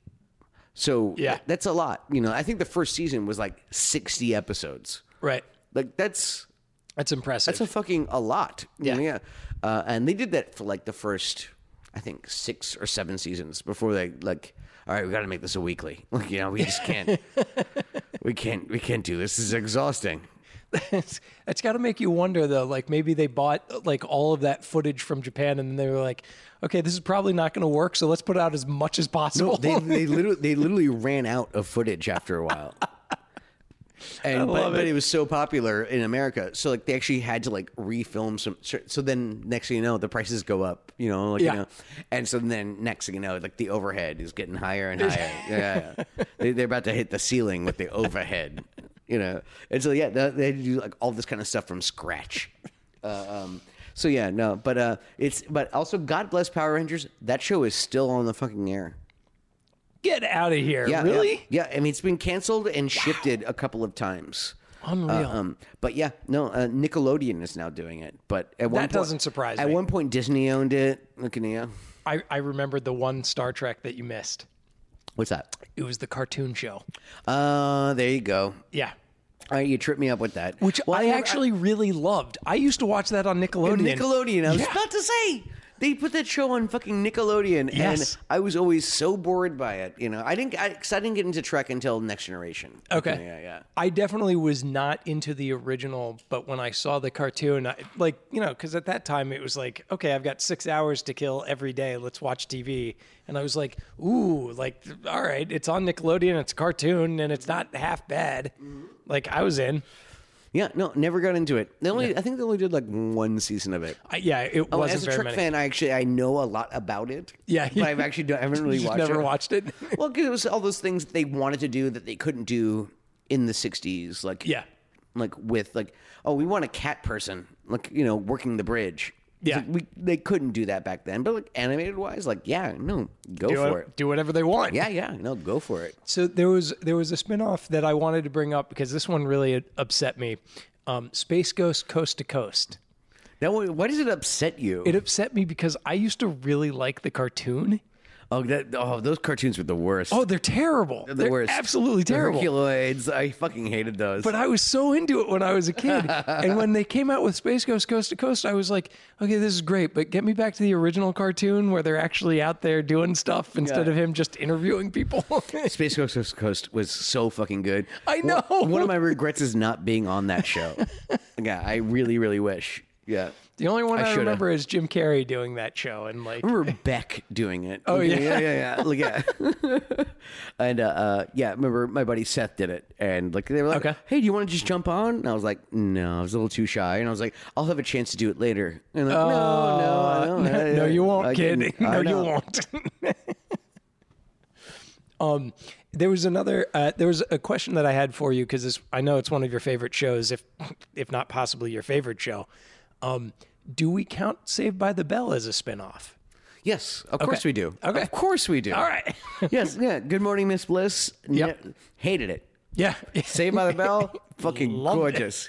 So
Yeah.
that's a lot. You know, I think the first season was like sixty episodes.
right,
Like that's
that's impressive.
that's a fucking a lot. You
Yeah.
know, yeah. Uh, and they did that for like the first, I think six or seven seasons before they like, all right, we got to make this a weekly. Like, you know, we just can't, we can't, we can't do this. This is exhausting.
it's, it's got to make you wonder though like maybe they bought like all of that footage from japan and then they were like okay this is probably not going to work so let's put out as much as
No,
possible
they they literally they literally ran out of footage after a while. And but,
love
but
it.
it was so popular in America, so like they actually had to like refilm some. So so then next thing you know, the prices go up, you know, like
Yeah.
you know, and so then next thing you know, like the overhead is getting higher and higher. yeah, yeah. They, they're about to hit the ceiling with the overhead, you know. And so yeah, they, they had to do like all this kind of stuff from scratch. Uh, um, so yeah, no, but uh, it's but also God bless Power Rangers. That show is still on the fucking air.
get out of here
Yeah,
really
Yeah, yeah. I mean, it's been canceled and shifted a couple of times.
Unreal.
Um, but yeah, no, uh, Nickelodeon is now doing it. But at one
That
point,
doesn't surprise
At
me.
one point, Disney owned it. Look at you.
I, I remembered the one star trek that you missed
What's that?
it was the cartoon show
Uh, there you go.
yeah
All right, you tripped me up with that.
which
Well,
i
never-
actually really loved i used to watch that on nickelodeon
Nickelodeon. I was
Yeah.
about to say they put that show on fucking Nickelodeon,
Yes.
and I was always so bored by it. You know, I didn't, I, 'cause I didn't get into Trek until Next Generation.
Okay.
Yeah, yeah.
I definitely was not into the original, but when I saw the cartoon, I, like, you know, because at that time it was like, okay, I've got six hours to kill every day. Let's watch TV. And I was like, ooh, like, all right, it's on Nickelodeon, it's a cartoon, and it's not half bad. Like, I was in.
Yeah, no, never got into it. They only, I think they only did like one season of it.
I, yeah, it
Oh,
wasn't
as a
very
Trek
many.
fan, I actually I know a lot about it.
Yeah.
but I've actually don't, I haven't really
Just
watched.
never
it.
watched it.
Well, because it was all those things that they wanted to do that they couldn't do in the '60s, like
Yeah.
like with like oh we want a cat person, like you know working the bridge. It's
Yeah.
like, we they couldn't do that back then, but like animated wise, like yeah, no, go
Do,
for
it-
it.
do whatever they want.
Yeah, yeah, no, go for it.
So there was there was a spinoff that I wanted to bring up because this one really upset me. Um, Space Ghost Coast to Coast.
Now, why why does it upset you?
It upset me because I used to really like the cartoon.
oh, that, oh, those cartoons were the worst.
Oh, they're terrible. They're,
the worst.
absolutely
The
terrible.
Herculoids, I fucking hated those.
But I was so into it when I was a kid. and when they came out with Space Ghost Coast to Coast, I was like, okay, this is great, but get me back to the original cartoon where they're actually out there doing stuff instead of him just interviewing people.
Space Coast Coast, Coast was so fucking good.
I
One-
know.
One, of my regrets is not being on that show. yeah, I really, really wish. Yeah.
the only one
I
I,
should've.
remember is Jim Carrey doing that show and like
I remember Beck doing it.
Oh, yeah.
yeah, yeah, yeah. Like, yeah. and uh, uh, yeah, I remember my buddy Seth did it, and like they were like,
Okay.
"Hey, do you want to just jump on?" And I was like, "No, I was a little too shy," and I was like, "I'll have a chance to do it later." And like, no, no, I don't. I-
Oh, no, you won't,
I
kid.
didn't- I
No, you
know.
won't. um, there was another. Uh, there was a question that I had for you because I know it's one of your favorite shows, if if not possibly your favorite show. Um, do we count Saved by the Bell as a spinoff?
Yes, of course we do.
Okay.
of course we do.
All right.
yes, yeah. Good morning, Miss Bliss.
Yep.
Ne- hated it.
Yeah.
Saved by the Bell, fucking
Loved it.
gorgeous.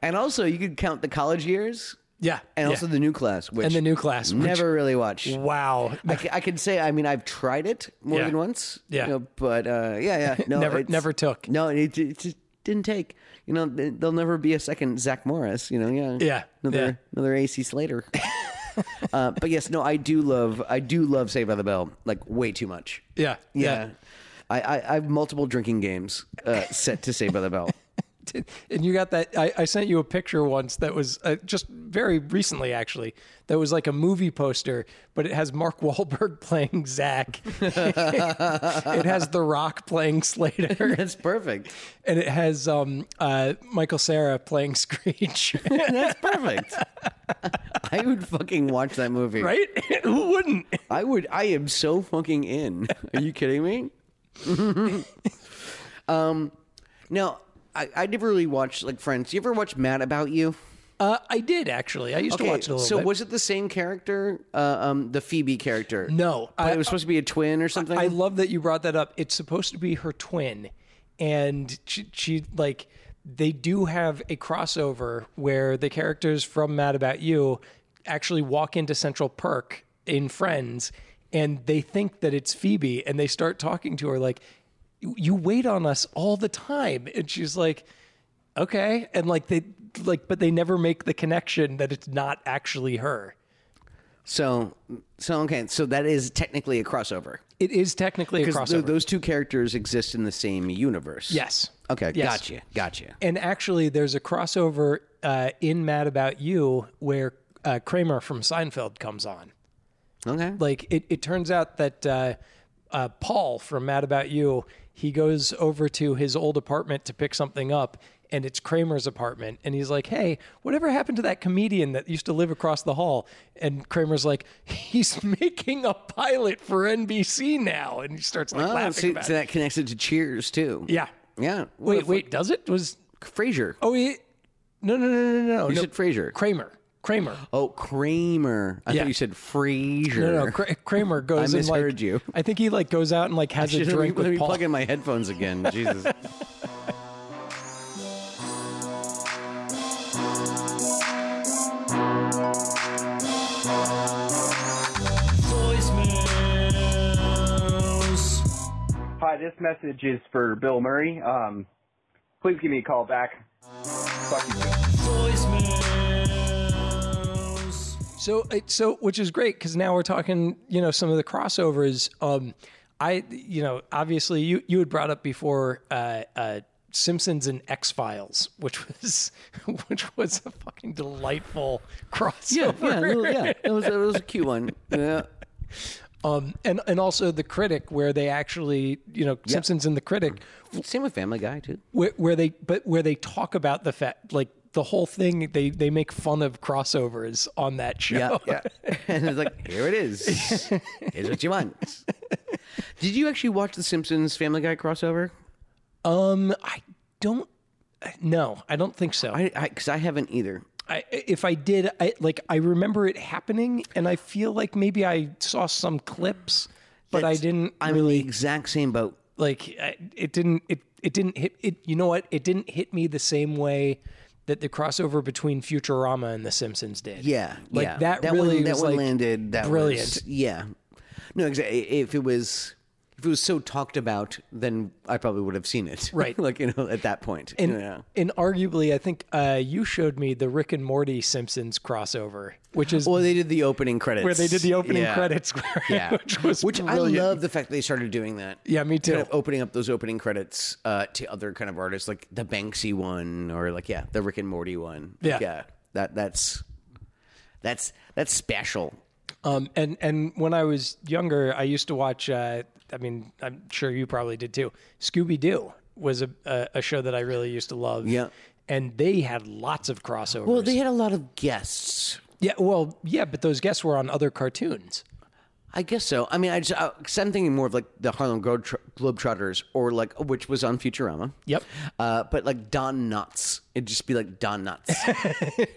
and also, you could count the college years
Yeah.
and
yeah.
also the new class, which
And the new class. which-
never really watched.
wow.
I, ca- I can say, I mean, I've tried it more
Yeah.
than once.
Yeah.
you know, but uh, yeah, yeah. No,
Never-
it's-
never took.
No, it, it just didn't take. You know, th- there'll never be a second Zach Morris. You know, yeah,
Yeah,
another
yeah.
another AC Slater. uh, but yes, no, I do love I do love Saved by the Bell like way too much.
Yeah.
Yeah. I, I, I have multiple drinking games uh, set to Saved by the Bell.
and you got that I, I sent you a picture once that was uh, just very recently actually that was like a movie poster but it has mark Wahlberg playing zach it has the rock playing slater
That's perfect.
and it has um, uh, michael sarah playing screech
That's perfect. I would fucking watch that movie.
right who wouldn't
I would. I am so fucking in. Are you kidding me? um, now I, I never really watched like Friends. You ever watch Mad About You?
uh, i did actually i used to watch it a little
so
bit
was it the same character? Uh, um, the Phoebe character?
No,
but
I-
it was supposed to be a twin or something.
I love that you brought that up. It's supposed to be her twin, and she, she like they do have a crossover where the characters from Mad About You actually walk into Central Perk in Friends, and they think that it's Phoebe, and they start talking to her like, "You you wait on us all the time," and she's like. Okay, and like they like, but they never make the connection that it's not actually her.
so, so okay. So that is technically a crossover
It is technically a crossover.
because those two characters exist in the same universe.
yes.
Okay.
Yes.
Gotcha. Gotcha.
And actually, there's a crossover uh, in Mad About You where uh, Kramer from Seinfeld comes on.
Okay.
Like, it, it turns out that uh, uh, Paul from Mad About You, he goes over to his old apartment to pick something up, and it's Kramer's apartment. And he's like, hey, whatever happened to that comedian that used to live across the hall? And Kramer's like, he's making a pilot for NBC now. And he starts like
Oh,
laughing
so,
about
so
it.
that connects it to Cheers too.
Yeah.
Yeah. What
Wait,
the
wait, does it? Was
fuck? Frasier.
Oh, he, no, no, no, no, no.
You
no.
said Frasier.
Kramer. Kramer.
Oh, Kramer. I
Yeah.
thought you said Frasier.
No, no, Kra- Kramer goes
I
and like
misheard you.
I think he like goes out and like has a
Shit, let me,
drink
let
with
me
Paul.
plug in my headphones again. Jesus.
Voicemails.
Hi, this message is for Bill Murray. Um, please give me a call back. Fuck you.
Voicemails.
So it- so which is great cuz now we're talking, you know, some of the crossovers um I you know, obviously you you had brought up before uh uh Simpsons and X Files, which was which was a fucking delightful
Yeah,
crossover.
yeah, little- yeah. It was, it was a cute one. Yeah.
Um, and and also the critic, where they actually, you know, Simpsons and the critic,
Same with Family Guy too.
where, where they but where they talk about the fact like the whole thing they they make fun of crossovers on that show
Yeah, yeah. And it's like, here it is. Here's what you want. Did you actually watch the Simpsons Family Guy crossover?
um i don't no i don't think so I,
I because I, haven't either.
if i did i like i remember it happening and i feel like maybe i saw some clips but i
That's-
didn't
I'm in the exact same boat.
like I, it didn't it it didn't hit it you know what it didn't hit me the same way that the crossover between Futurama and The Simpsons did.
Yeah,
like
yeah.
that, really
one, that
was
one
like
landed. That
brilliant.
was- yeah, no, exactly. If it was, if it was so talked about, then I probably would have seen it.
Right.
like you know, at that point.
And,
yeah.
and arguably, I think uh, you showed me the Rick and Morty Simpsons crossover, which is
Well, they did the opening credits
where they did the opening
Yeah.
credits, where-
Yeah,
which was
which
brilliant.
I love the fact that they started doing that.
Yeah, me too.
Kind of opening up those opening credits uh, to other kind of artists, like the Banksy one, or like yeah, the Rick and Morty one.
Yeah.
yeah. That that's that's that's special.
Um, and and when I was younger, I used to watch. Uh, I mean, I'm sure you probably did too. Scooby Doo was a, a a show that I really used to love.
Yeah.
and they had lots of crossovers.
Well, they had a lot of guests.
yeah, well, yeah, but those guests were on other cartoons.
I guess so. I mean, I just, I, cause I'm thinking more of like the Harlem Globetrot- Globetrotters or like, which was on Futurama.
Yep.
Uh, but like Don Knotts. It'd just be like Don Knotts.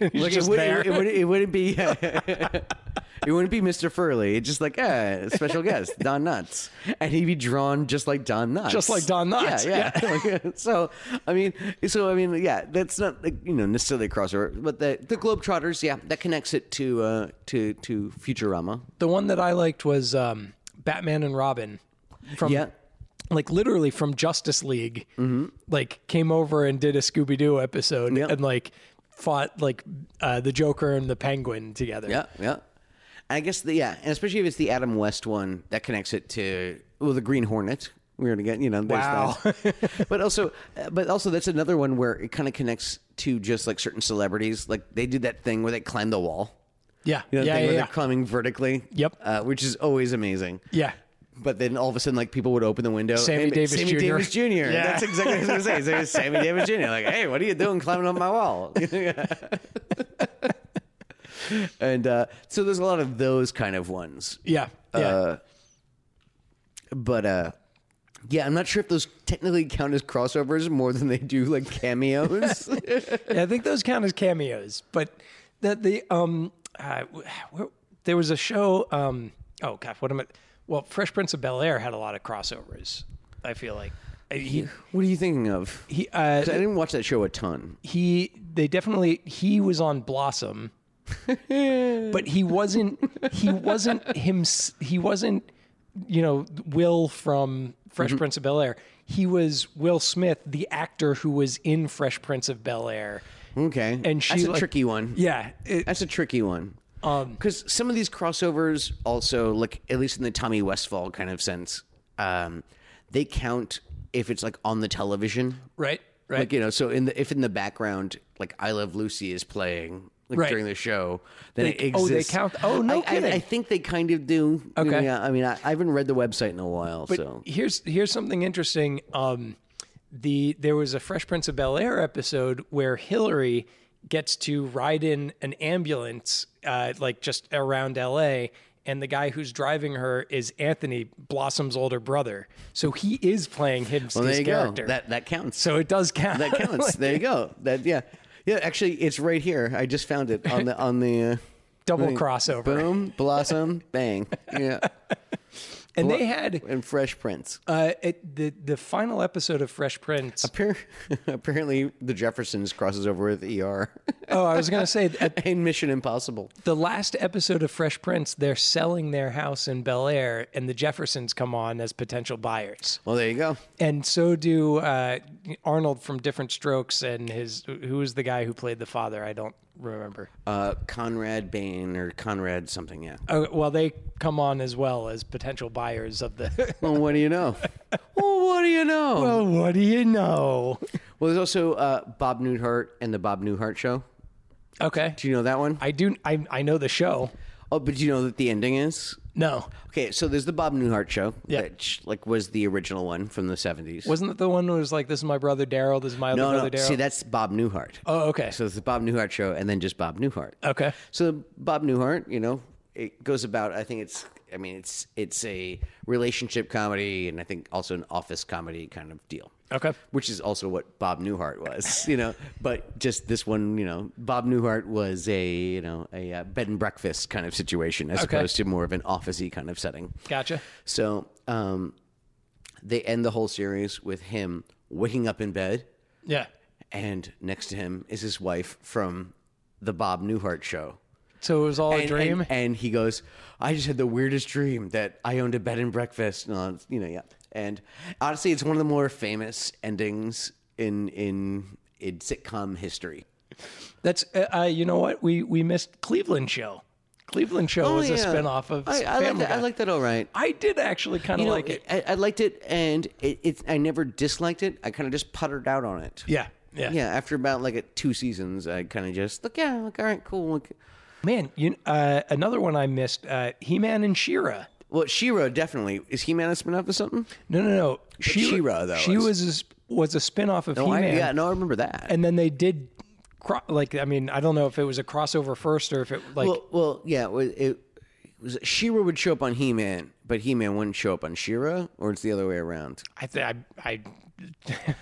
like
just
it, would,
there.
It, would, it wouldn't be, it wouldn't be Mr. Furley. It's just like, eh, special guest, Don Knotts. And he'd be drawn just like Don Knotts.
Just like Don Knotts,
Yeah. yeah. Like, so, I mean, so, I mean, yeah, that's not like, you know, necessarily a crossover, but the, the Globetrotters, yeah, that connects it to, uh, to, to Futurama.
The one that I liked was um, Batman and Robin. From
Yeah.
like literally from Justice League, like came over and did a Scooby Doo episode
Mm-hmm. Yeah.
and like fought like uh, the Joker and the Penguin together.
Yeah, yeah. I guess the yeah, and especially if it's the Adam West one that connects it to well the Green Hornet. We're gonna get you know. there's
Wow.
that. but also, uh, but also that's another one where it kind of connects to just like certain celebrities. Like they did that thing where they climbed the wall.
yeah,
You know, the
yeah,
thing
yeah.
where
yeah.
they're climbing vertically.
Yep.
Uh, which is always amazing.
Yeah.
But then all of a sudden, like people would open the window.
Sammy
and-
Davis
Sammy
Jr..
Davis Jr.
Yeah.
That's exactly what I was going to say. So it was Sammy Davis Jr. Like, hey, what are you doing climbing up my wall? and uh, so there's a lot of those kind of ones.
yeah, yeah.
Uh, But uh, yeah, I'm not sure if those technically count as crossovers more than they do like cameos.
Yeah, I think those count as cameos, but that the um, uh, w- where- there was a show. Um, oh God, what am I? Well, Fresh Prince of Bel Air had a lot of crossovers. I feel like Uh, he
what are you thinking of?
he uh,
'Cause I didn't watch that show a ton.
he they definitely he was on Blossom, but he wasn't he wasn't him he wasn't you know Will from Fresh Prince of Bel Air. He was Will Smith, the actor who was in Fresh Prince of Bel Air.
Okay,
And she
that's a
like-
tricky one.
Yeah, it-
That's a tricky one.
Um,
Because some of these crossovers also, like at least in the Tommy Westfall kind of sense, um, they count if it's like on the television,
right, right.
Like you know, so in the if in the background, like I Love Lucy is playing like
Right.
during the show, then
They-
it exists.
oh, they count- oh, no
I, I,
kidding.
I think they kind of do.
Okay.
yeah. I mean, I, I haven't read the website in a while, so
here's here's something interesting. Um, the there was a Fresh Prince of Bel Air episode where Hillary gets to ride in an ambulance, uh, like just around L.A. And the guy who's driving her is Anthony Blossom's older brother, so he is playing him,
well,
his
there you
character.
go. That that counts.
so it does count.
that counts. there you go. That yeah, yeah. Actually, it's right here. I just found it on the on the. Uh,
Double
Boom,
crossover.
Boom, blossom, bang. Yeah.
And they had
And Fresh Prince.
uh, it, the the final episode of Fresh Prince.
Appar- Apparently, the Jeffersons crosses over with ER
Oh, I was gonna say at
and Mission Impossible.
the last episode of Fresh Prince, they're selling their house in Bel Air, and the Jeffersons come on as potential buyers,
Well, there you go.
and so do uh, Arnold from Different Strokes and his who is the guy who played the father? I don't remember.
Uh, Conrad Bain or Conrad something, yeah.
Oh well, they come on as well as potential buyers of the.
Well, what do you know? well, what do you know? Well,
well, what do you know?
there's also uh, Bob Newhart and the Bob Newhart Show.
Okay,
Do you know that one?
I do. I I know the show.
oh, but do you know that the ending is?
No,
Okay, so there's the Bob Newhart Show,
Yeah.
which like was the original one from the 70s.
wasn't it the one who was like, "This is my brother Daryl. This is my other
no, no.
brother Daryl."
See, that's Bob Newhart.
oh, okay.
So it's the Bob Newhart show, and then just Bob Newhart.
okay.
So Bob Newhart, you know, it goes about. I think it's. I mean, it's it's a relationship comedy, and I think also an office comedy kind of deal.
Okay.
Which is also what Bob Newhart was, you know. But just this one, you know, Bob Newhart was a you know a uh, bed and breakfast kind of situation as
Okay.
opposed to more of an officey kind of setting.
Gotcha.
So um, they end the whole series with him waking up in bed
Yeah.
and next to him is his wife from the Bob Newhart show.
So it was all Oh, a
and,
dream.
And, and he goes, I just had the weirdest dream that I owned a bed and breakfast. And, all- you know, yeah. And honestly, it's one of the more famous endings in in in sitcom history.
That's uh, uh, you know what we we missed Cleveland Show. Cleveland Show was a spinoff of
Oh, I, I
Family
like that.
Guy.
I like that. All right.
I did actually kind
You
of
know,
like it.
I, I liked it, and it, it. I never disliked it. I kind of just puttered out on it.
Yeah, yeah,
Yeah. After about like a, two seasons, I kind of just look. Yeah. Like all right. Cool. Like,
Man, you uh, another one I missed. Uh, he Man and Shira.
Well, Shira definitely is he man a spin off of something?
No, no, no. She
She-Ra, that
She
was.
was a, sp- was a spinoff of
No,
He
I,
Man.
yeah, no, I remember that.
And then they did. Cro- like I mean, I don't know if it was a crossover first or if it like
well, well, yeah, it, was- it was Shira would show up on He Man, but He Man wouldn't show up on Shira, or it's the other way around.
I, th- I I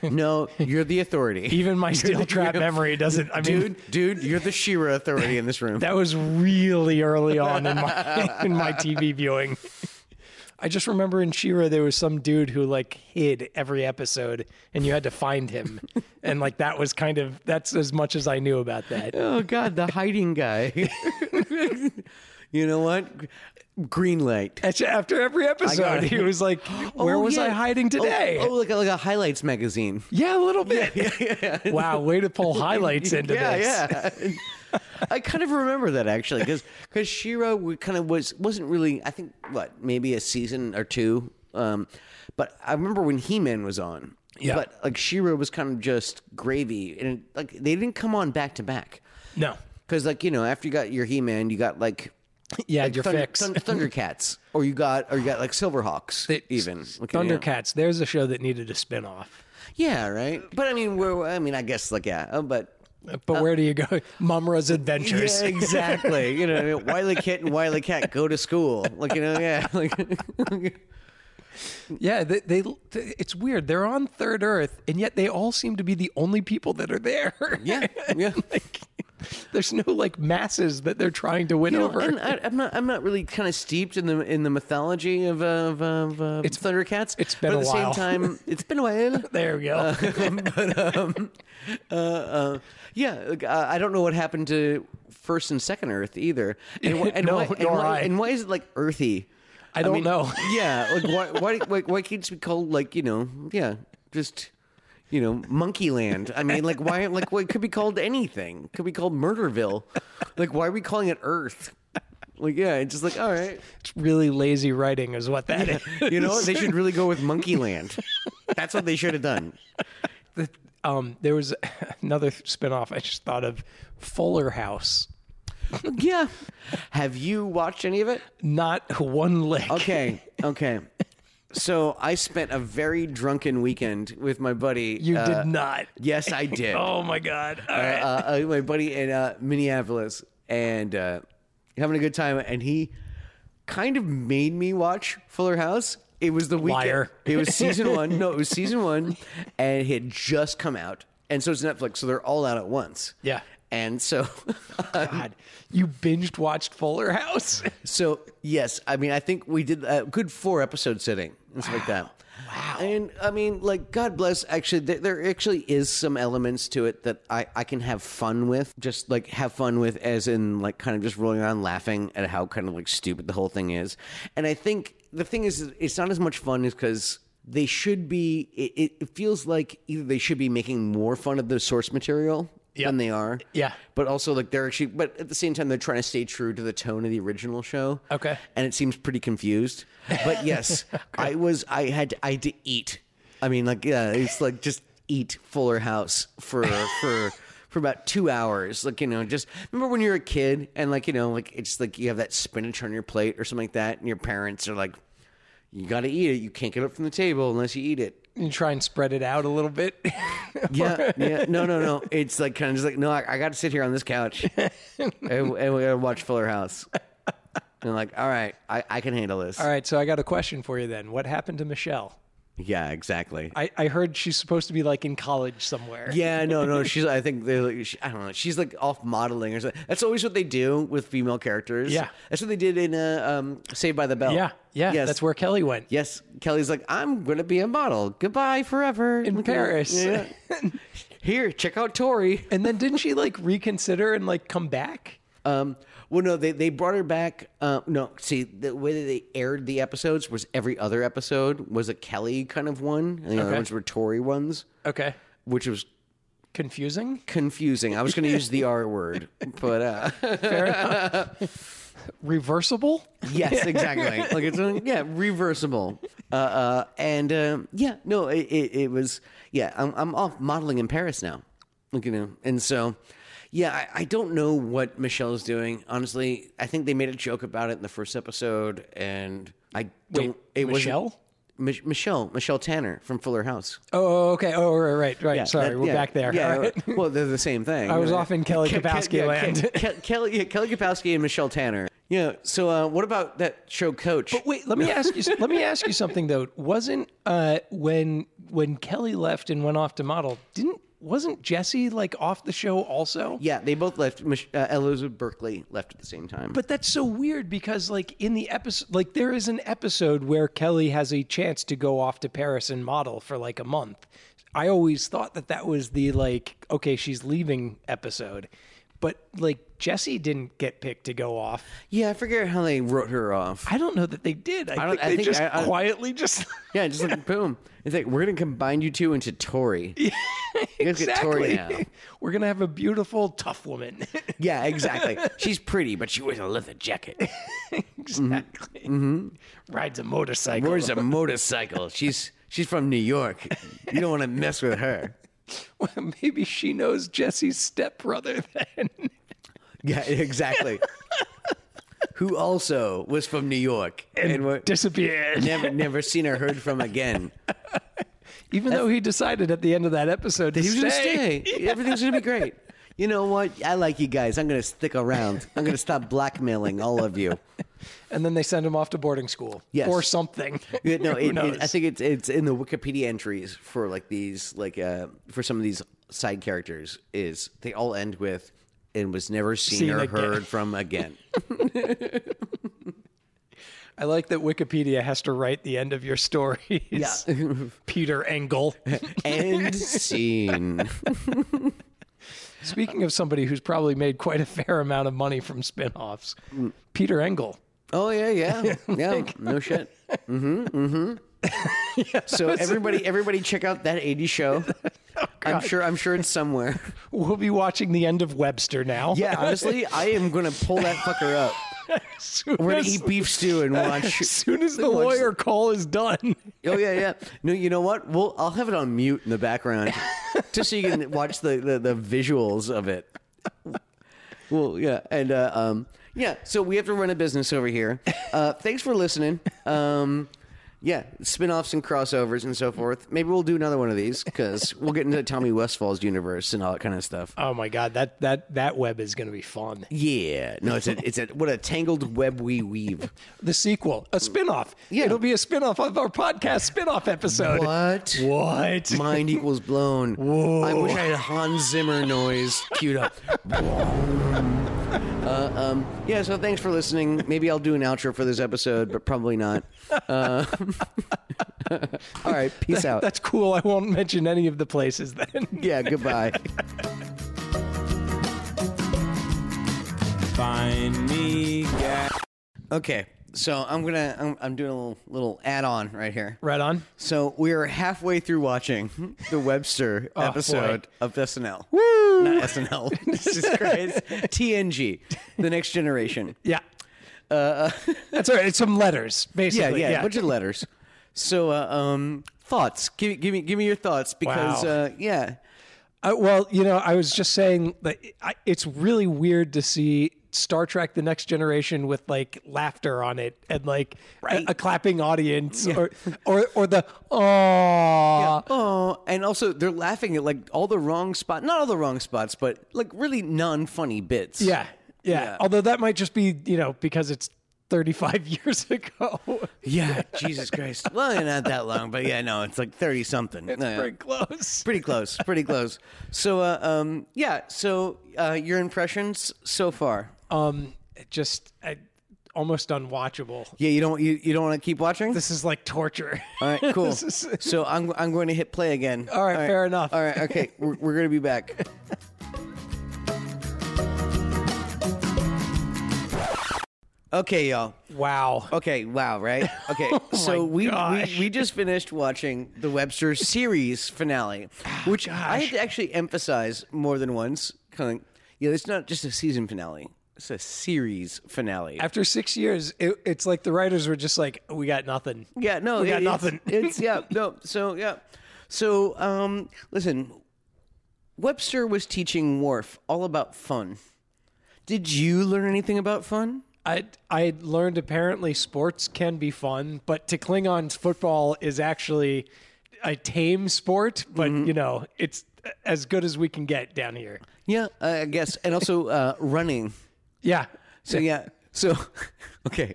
No, you're the authority,
even my steel trap memory doesn't. I mean,
dude. Dude, you're the Shira authority in this room.
That was really early on in my in my TV viewing. I just remember in Shira there was some dude who like hid every episode, and you had to find him, and like that was kind of that's as much as I knew about that.
oh God, the hiding guy. You know what? Green light.
That's- After every episode,
it.
he was like, "Where
Oh,
was
yeah.
I hiding today?"
Oh, oh, like a, like a highlights magazine.
Yeah, a little bit. Wow, way to pull highlights into
yeah,
this.
yeah. I kind of remember that actually because because Shira kind of was wasn't really I think what maybe a season or two, um, but I remember when He Man was on.
Yeah.
But like Shira was kind of just gravy, and like they didn't come on back to back
No.
because like you know after you got your He Man, you got like.
Yeah,
like
your
Thun-
fix.
Thun- Thundercats, or you got, or you got like Silverhawks, even Look at, you know.
Thundercats. There's a show that needed a spinoff.
Yeah, right. But I mean, we're, I mean, I guess like yeah, uh, but
But where do you go? Mumra's Adventures.
Yeah, exactly. you know, Wiley Kit and Wiley Cat go to school. Like you know, yeah. Like,
Yeah, they, they. It's weird. They're on Third Earth, and yet they all seem to be the only people that are there.
yeah, yeah.
like, there's no like masses that they're trying to win
You know,
over.
and uh, I, I'm not. I'm not really kind of steeped in the in the mythology of uh, of, of uh,
It's-
Thundercats.
it's been
but
a
at the
while.
same time, it's been a while.
there we go.
uh, but um, uh, uh, yeah, like, uh, I don't know what happened to first and second Earth either. And, why- and
No,
why, and
nor
why-
I.
and why is it like earthy?
I don't know.
yeah, like why why why, why can't it be called like you know yeah just you know Monkey Land? I mean, like why like what it could be called anything? It could be called Murderville. Like why are we calling it Earth? Like yeah, it's just like all right,
It's really lazy writing, is what that is.
you know what? they should really go with Monkey Land. That's what they should have done.
Um, there was another spinoff I just thought of, Fuller House.
Yeah. Have you watched any of it?
Not one lick.
Okay, okay. So I spent a very drunken weekend with my buddy.
You
uh,
did not.
Yes, I did.
Oh my god. All
uh,
right.
uh, my buddy in uh, Minneapolis and uh, having a good time, and he kind of made me watch Fuller House. It was the weekend.
Liar.
It was season one. No, it was season one, and it had just come out, and so it's Netflix, so they're all out at once.
Yeah.
and so uh, um,
God, you binged watched Fuller House.
So yes, I mean I think we did a good four episode sitting and stuff like that. Wow. And I mean, like God bless. Actually, there, there actually is some elements to it that I I can have fun with, just like have fun with, as in like kind of just rolling around laughing at how kind of like stupid the whole thing is. And I think the thing is, it's not as much fun is because they should be. It, it feels like either they should be making more fun of the source material than they are.
Yeah.
But also, like, they're actually, but at the same time, they're trying to stay true to the tone of the original show.
Okay.
And it seems pretty confused. But yes, I was, I had, I had to eat. I mean, like, yeah, it's like just eat Fuller House for, for, for about two hours. Like, you know, just remember when you're a kid and, like, you know, like, it's like you have that spinach on your plate or something like that, and your parents are like, you got to eat it. You can't get up from the table unless you eat it.
You try and spread it out a little bit.
Yeah, yeah. No, no, no. It's like kind of just like, no, I, I got to sit here on this couch and, and we got to watch Fuller House. And like, all right, I, I can handle this.
All right, so I got a question for you then. What happened to Michelle?
Yeah, exactly.
I, I heard she's supposed to be like in college somewhere.
yeah, no, no. She's, I think, they're like, she, I don't know. She's like off modeling or something. That's always what they do with female characters.
Yeah.
That's what they did in uh, um, Saved by the Bell.
Yeah. Yeah.
Yes.
That's where Kelly went.
Yes. Kelly's like, I'm going to be a model. Goodbye forever.
In
Look at-
Paris.
Yeah. Here, check out Tori.
And then didn't she like reconsider and like come back?
Um, well, no, they, they brought her back. Uh, no, see, the way that they aired the episodes was every other episode was a Kelly kind of one, and the other
Okay.
ones were Tory ones,
Okay.
which was
Confusing?
confusing. I was going to use the R word, but uh,
Reversible?
yes, exactly. Like it's uh, yeah, reversible. Uh, uh, and um yeah, no, it, it, it was yeah. I'm I'm off modeling in Paris now, like you know, and so yeah, I, I don't know what Michelle is doing. Honestly, I think they made a joke about it in the first episode, and I don't. it wasn't-
Michelle?
Mich- Michelle Michelle Tanner from Fuller House.
Oh, okay. Oh, right, right, right. Sorry,
That-
we're
yeah,
back there.
Yeah,
All right.
well, they're the same thing.
I was off in Kelly
Ke- Ke-
Kapowski
yeah, Ke-
land.
Ke- Kelly, yeah, Kelly Kapowski and Michelle Tanner. Yeah. So, uh, what about that show, Coach?
Wait, let me ask you. Let me ask you something though. Wasn't uh, when when Kelly left and went off to model? Didn't wasn't Jesse like off the show also?
Yeah, they both left. Mich- Uh, Elizabeth Berkeley left at the same time.
But that's so weird because like in the episode, like there is an episode where Kelly has a chance to go off to Paris and model for like a month. I always thought that that was the like okay she's leaving episode, but like Jesse didn't get picked to go off.
Yeah, I forget how they wrote her off.
I don't know that they did. I,
don't-
think
I
they
think
just
I- I-
quietly just
Yeah, just like boom. It's like we're gonna combine you two into Tori. Yeah,
exactly.
now.
We're gonna have a beautiful, tough woman.
Yeah, exactly. She's pretty, but she wears a leather jacket. Mm-hmm.
exactly. Rides a motorcycle.
Wears Mm-hmm. a motorcycle. She's she's from New York. You don't want to mess with her.
Well, maybe she knows Jesse's stepbrother then.
Yeah, exactly. Who also was from New York and, were
Disappeared.
never never seen or heard from again.
Even though he decided at the end of that episode to
He was
stay.
gonna stay. Everything's gonna be great. You know what? I like you guys. I'm gonna stick around. I'm gonna stop blackmailing all of you.
And then they send him off to boarding school.
Yes.
Or something.
Yeah, no,
Who
it, it, I
knows?
think it's it's in the Wikipedia entries for like these like uh for some of these side characters is they all end with and was never seen,
Seen
or
again."
heard from again.
I like that Wikipedia has to write the end of your stories.
Yeah.
Peter Engel.
End scene.
Speaking of somebody who's probably made quite a fair amount of money from spin-offs,
Mm.
Peter Engel.
Oh yeah, yeah, yeah. No shit. Mm-hmm. Mm-hmm. so everybody, everybody, check out that '80s show.
Oh,
I'm sure. I'm sure it's somewhere.
We'll be watching the end of Webster now.
Yeah, honestly, I am gonna pull that fucker up.
As soon
We're gonna
as-
eat beef stew and watch.
as soon as the lawyer call is done.
Oh yeah, yeah. No, you know what? We'll I'll have it on mute in the background, just so you can watch the the, the visuals of it. Well, yeah, and uh, um, yeah. So we have to run a business over here. Uh, thanks for listening. Um, yeah, spin-offs and crossovers and so forth. Maybe we'll do another one of these because we'll get into Tommy Westfall's universe and all that kind of stuff.
Oh my god, that that that web is going to be fun.
Yeah, no, it's a it's a what a tangled web we weave.
The sequel, a spin-off.
Yeah.
It'll be a spin-off of our podcast spin-off episode.
What?
What?
Mind equals blown. I wish I had a Hans Zimmer noise queued up. Uh, um, yeah, so thanks for listening. Maybe I'll do an outro for this episode, but probably not. Uh, all right, peace out.
That's cool. I won't mention any of the places then.
yeah, goodbye.
Find me, gal.
Okay, so I'm gonna I'm, I'm doing a little, little add-on right here.
Right on.
So we are halfway through watching the Webster episode of SNL.
Oh, Woo!
Not SNL. Jesus Christ. TNG, The Next Generation.
Yeah. That's all right. It's some letters,
yeah,
basically.
Uh, yeah, a bunch of letters. So, uh, um, thoughts? Give, give me, give me your thoughts because,
Wow.
uh, yeah,
Uh, well, you know, I was just saying that I, it's really weird to see Star Trek: The Next Generation with like laughter on it and like a-
Right.
a, clapping audience or, or or the oh
oh, and also they're laughing at like all the wrong spot, not all the wrong spots, but like really non-funny bits.
yeah. yeah
Yeah.
Although that might just be you know because it's thirty five years ago.
yeah. Jesus Christ. Well, not that long, but yeah, no, it's like thirty something.
It's pretty close.
pretty close, pretty close. So, uh, um, yeah. So, uh, your impressions so far?
Um, it just I, almost unwatchable.
Yeah, you don't, you, you don't want to keep watching.
This is like torture.
All right, cool.
This is-
so I'm I'm going to hit play again.
All right, fair enough.
All right, okay, we're, we're going to be back. Okay, y'all.
wow.
Okay, wow, right? Okay, so we, we
Oh gosh.
we just finished watching the Webster series finale, which I had to actually emphasize more than once. Kind of, you know, it's not just a season finale; it's a series finale.
After six years, it, it's like the writers were just like, "We got nothing."
Yeah, no,
We got
it- it's-
nothing.
It's yeah, no. So yeah, so um, listen, Webster was teaching Worf all about fun. Did you learn anything about fun?
I I learned apparently sports can be fun, but to Klingons, football is actually a tame sport. But
Mm-hmm.
you know, it's as good as we can get down here.
Yeah, I guess, and also uh, running.
Yeah,
So yeah, so okay,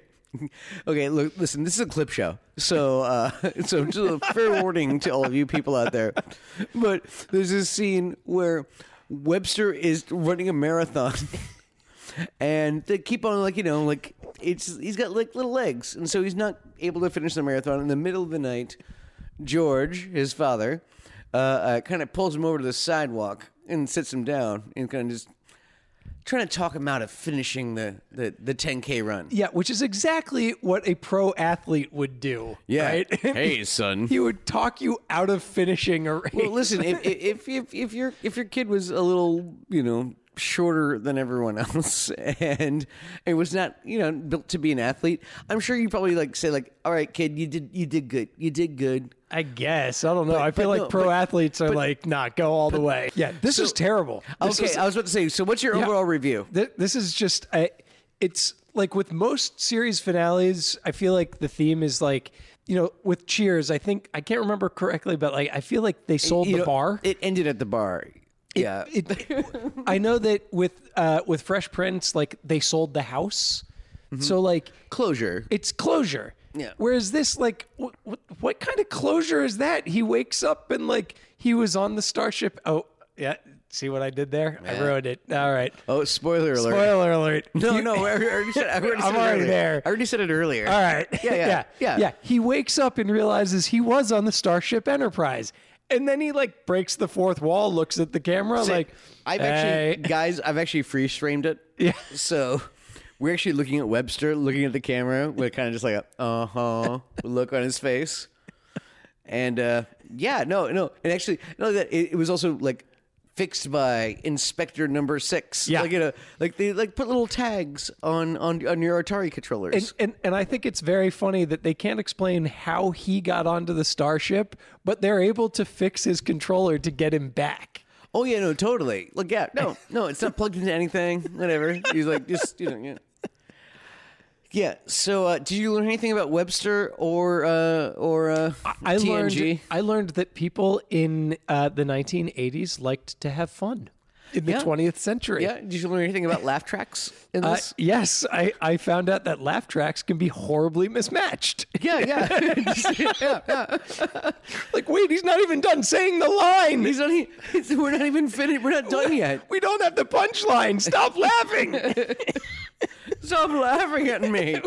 okay. Look, listen, this is a clip show, so uh, so just a fair warning to all of you people out there. But there's this scene where Webster is running a marathon, and they keep on like you know like it's he's got like little legs, and so he's not able to finish the marathon in the middle of the night. George, his father, uh, uh, kind of pulls him over to the sidewalk and sits him down and kind of just trying to talk him out of finishing the, the, the 10K run.
Yeah, which is exactly what a pro athlete would do.
Yeah.
Right?
Hey, son.
He would talk you out of finishing a race.
Well, listen, if, if, if, if, your, if your kid was a little, you know, shorter than everyone else and it was not, you know, built to be an athlete, I'm sure you probably like say like, all right, kid, you did, you did good. You did good.
I guess. I don't know.
But-
I feel
but
like
no,
pro
but-
athletes are
but-
like, nah, go all the way. Yeah, this
So-
is terrible. This
okay.
is-
I was about to say, so what's your
Yeah.
overall review?
Th- this is just, I, it's like with most series finales, I feel like the theme is like, you know, with Cheers, I think, I can't remember correctly, but like, I feel like they sold
You
the
know,
bar.
It ended at the bar. yeah.
It- I know that with uh, with Fresh Prince, like they sold the house, so like
Closure.
it's closure.
Mm-hmm. Yeah.
Whereas this, like, what, what what kind of closure is that? He wakes up and like he was on the starship. Oh, yeah. See what I did there? I ruined it. All right.
oh, spoiler alert.
Spoiler alert.
No,
You-
no, I already said, I already said
I'm
it
already
earlier.
there.
I already said it earlier.
All right.
Yeah, yeah,
yeah.
yeah.
He wakes up and realizes he was on the Starship Enterprise. And then he like breaks the fourth wall, looks at the camera,
So,
like eh.
I've
"Hey."
actually, guys, I've actually freeze framed it. Yeah. So we're actually looking at Webster, looking at the camera with kind of just like a uh huh look on his face. And uh, yeah, no, no, and actually, no, that it, it was also like fixed by Inspector Number Six.
Yeah.
Like you know, like they like put little tags on on on your Atari controllers.
And, and and I think it's very funny that they can't explain how he got onto the starship, but they're able to fix his controller to get him back.
Oh yeah, no, totally. Like yeah, no, no, it's not plugged into anything. Whatever. He's like just you know yeah. Yeah. So uh, did you learn anything about Webster or uh, or uh,
I
TNG?
learned I learned that people in uh, the 1980s liked to have fun in the
Yeah.
20th century.
Yeah. Did you learn anything about laugh tracks in
Uh,
this?
yes, I, I found out that laugh tracks can be horribly mismatched.
yeah, yeah.
like, wait, he's not even done saying the line.
He's not. e- He's, we're not even finished. We're not done yet.
we don't have the punchline. Stop laughing.
Stop laughing at me.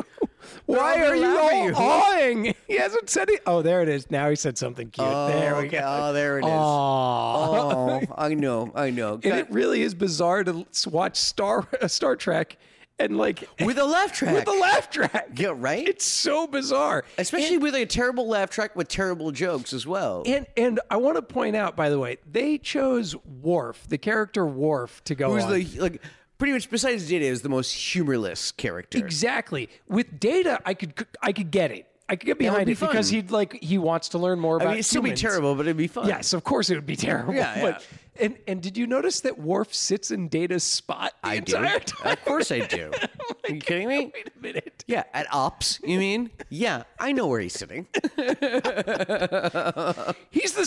Why
They're all
are you
laughing
all
at
awing? He hasn't said it. Oh, there it is. Now he said something cute. there we
okay.
go.
Oh, there it is.
Aw.
Oh, I know. I know.
And
God.
it really is bizarre to s- watch Star Star Trek and like
with a laugh track.
with the laugh track.
Yeah, right?
It's so bizarre.
Especially with a terrible laugh track with terrible jokes as well.
And and I want to point out, by the way, they chose Worf, the character Worf, to go
who's
on.
the like pretty much besides Data is the most humorless character.
Exactly. With Data, I could I could get it. I could get
would
behind
be
it because
fun.
he'd like he wants to learn
I
more about.
mean, it'd still
humans.
be terrible, but it'd be fun.
Yes, of course it would be terrible.
Yeah,
But, and and did you notice that Worf sits in Data's spot the
I do.
entire time? Oh
Of course I do. Are you kidding me?
Wait a minute.
Yeah, at ops, you mean? Yeah, I know where he's sitting.
He's the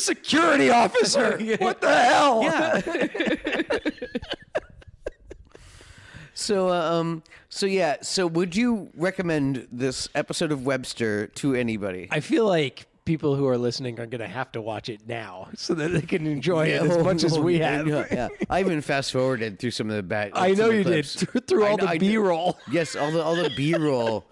security officer. What the hell?
Yeah. so, uh, um, so yeah, so would you recommend this episode of Webster to anybody?
I feel like people who are listening are going to have to watch it now so that they can enjoy
Yeah,
it as
oh,
much as
oh,
we
yeah,
have.
yeah, yeah. I even fast forwarded through some of the bad.
I
some
know
of the
you did
clips.
through, through
I
all
know-
the
I did.
B-roll.
Yes, all the all the B roll.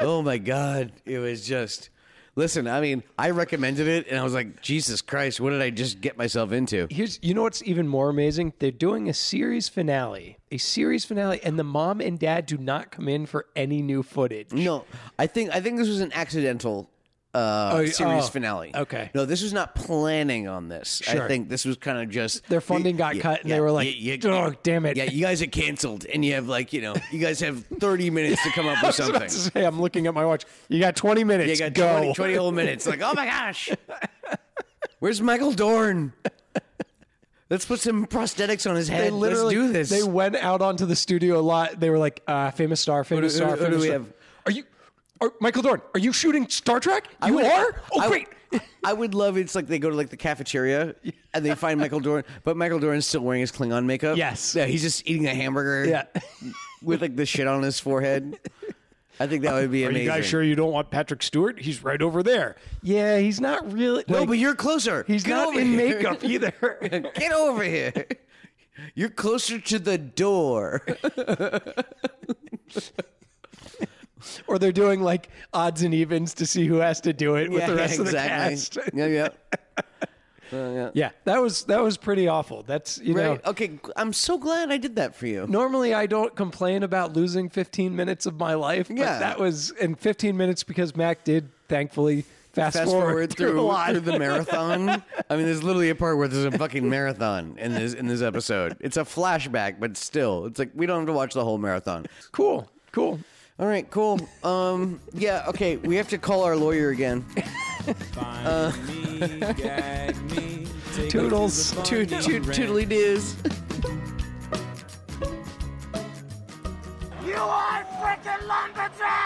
oh my god, it was just. Listen, I mean, I recommended it, and I was like, Jesus Christ, what did I just get myself into?
Here's you know what's even more amazing? They're doing a series finale. A series finale and the mom and dad do not come in for any new footage.
No, I think I think this was an accidental uh,
Oh, y-
series
oh,
finale.
okay.
no, this was not planning on this. I
Sure.
think this was kind of just
Their funding got
Yeah,
cut and
yeah,
they were like,
yeah, yeah,
"Dog, damn it."
yeah, you guys are canceled, and you have like you know, you guys have thirty minutes to come up
I
with
was
something.
about to say, I'm looking at my watch. You got 20 minutes.
Yeah, you got
Go.
20, 20 whole minutes. Like, oh my gosh. Where's Michael Dorn? Let's put some prosthetics on his
They
head. Let's
literally
do this.
They went out onto the studio lot. They were like, uh, "Famous star, famous
who-
star,
who do
famous
we
star."
have?
Are you? Are, Michael Dorn, are you shooting Star Trek?
I
You
would-
are? Oh,
I-
great.
I would love it's like they go to like the cafeteria and they find Michael Dorn, but Michael Dorn's still wearing his Klingon makeup.
Yes.
Yeah, he's just eating a hamburger
Yeah.
with like the shit on his forehead. I think that would be
Are
amazing.
you guys sure you don't want Patrick Stewart? He's right over there. Yeah, he's not really.
No,
like,
but you're closer.
he's
Get
not
over
in
here.
makeup either.
Get over here. You're closer to the door.
or they're doing like odds and evens to see who has to do it with the rest of the cast.
Yeah, yeah.
yeah, that was that was pretty awful. That's you know.
Right? Okay, I'm so glad I did that for you.
Normally, I don't complain about losing 15 minutes of my life, but
Yeah.
that was in 15 minutes because Mac did thankfully fast,
Fast
forward,
through,
a lot.
through the marathon. I mean, there's literally a part where there's a fucking marathon in this in this episode. It's a flashback, but still, it's like we don't have to watch the whole marathon.
cool, cool.
All right, cool. Um, yeah, okay, we have to call our lawyer again. Uh,
Find me, gag me. Take
Toodles.
me to
Toot
the bunny
toot
ranch.
toodly doos.
You are freaking lumberjack!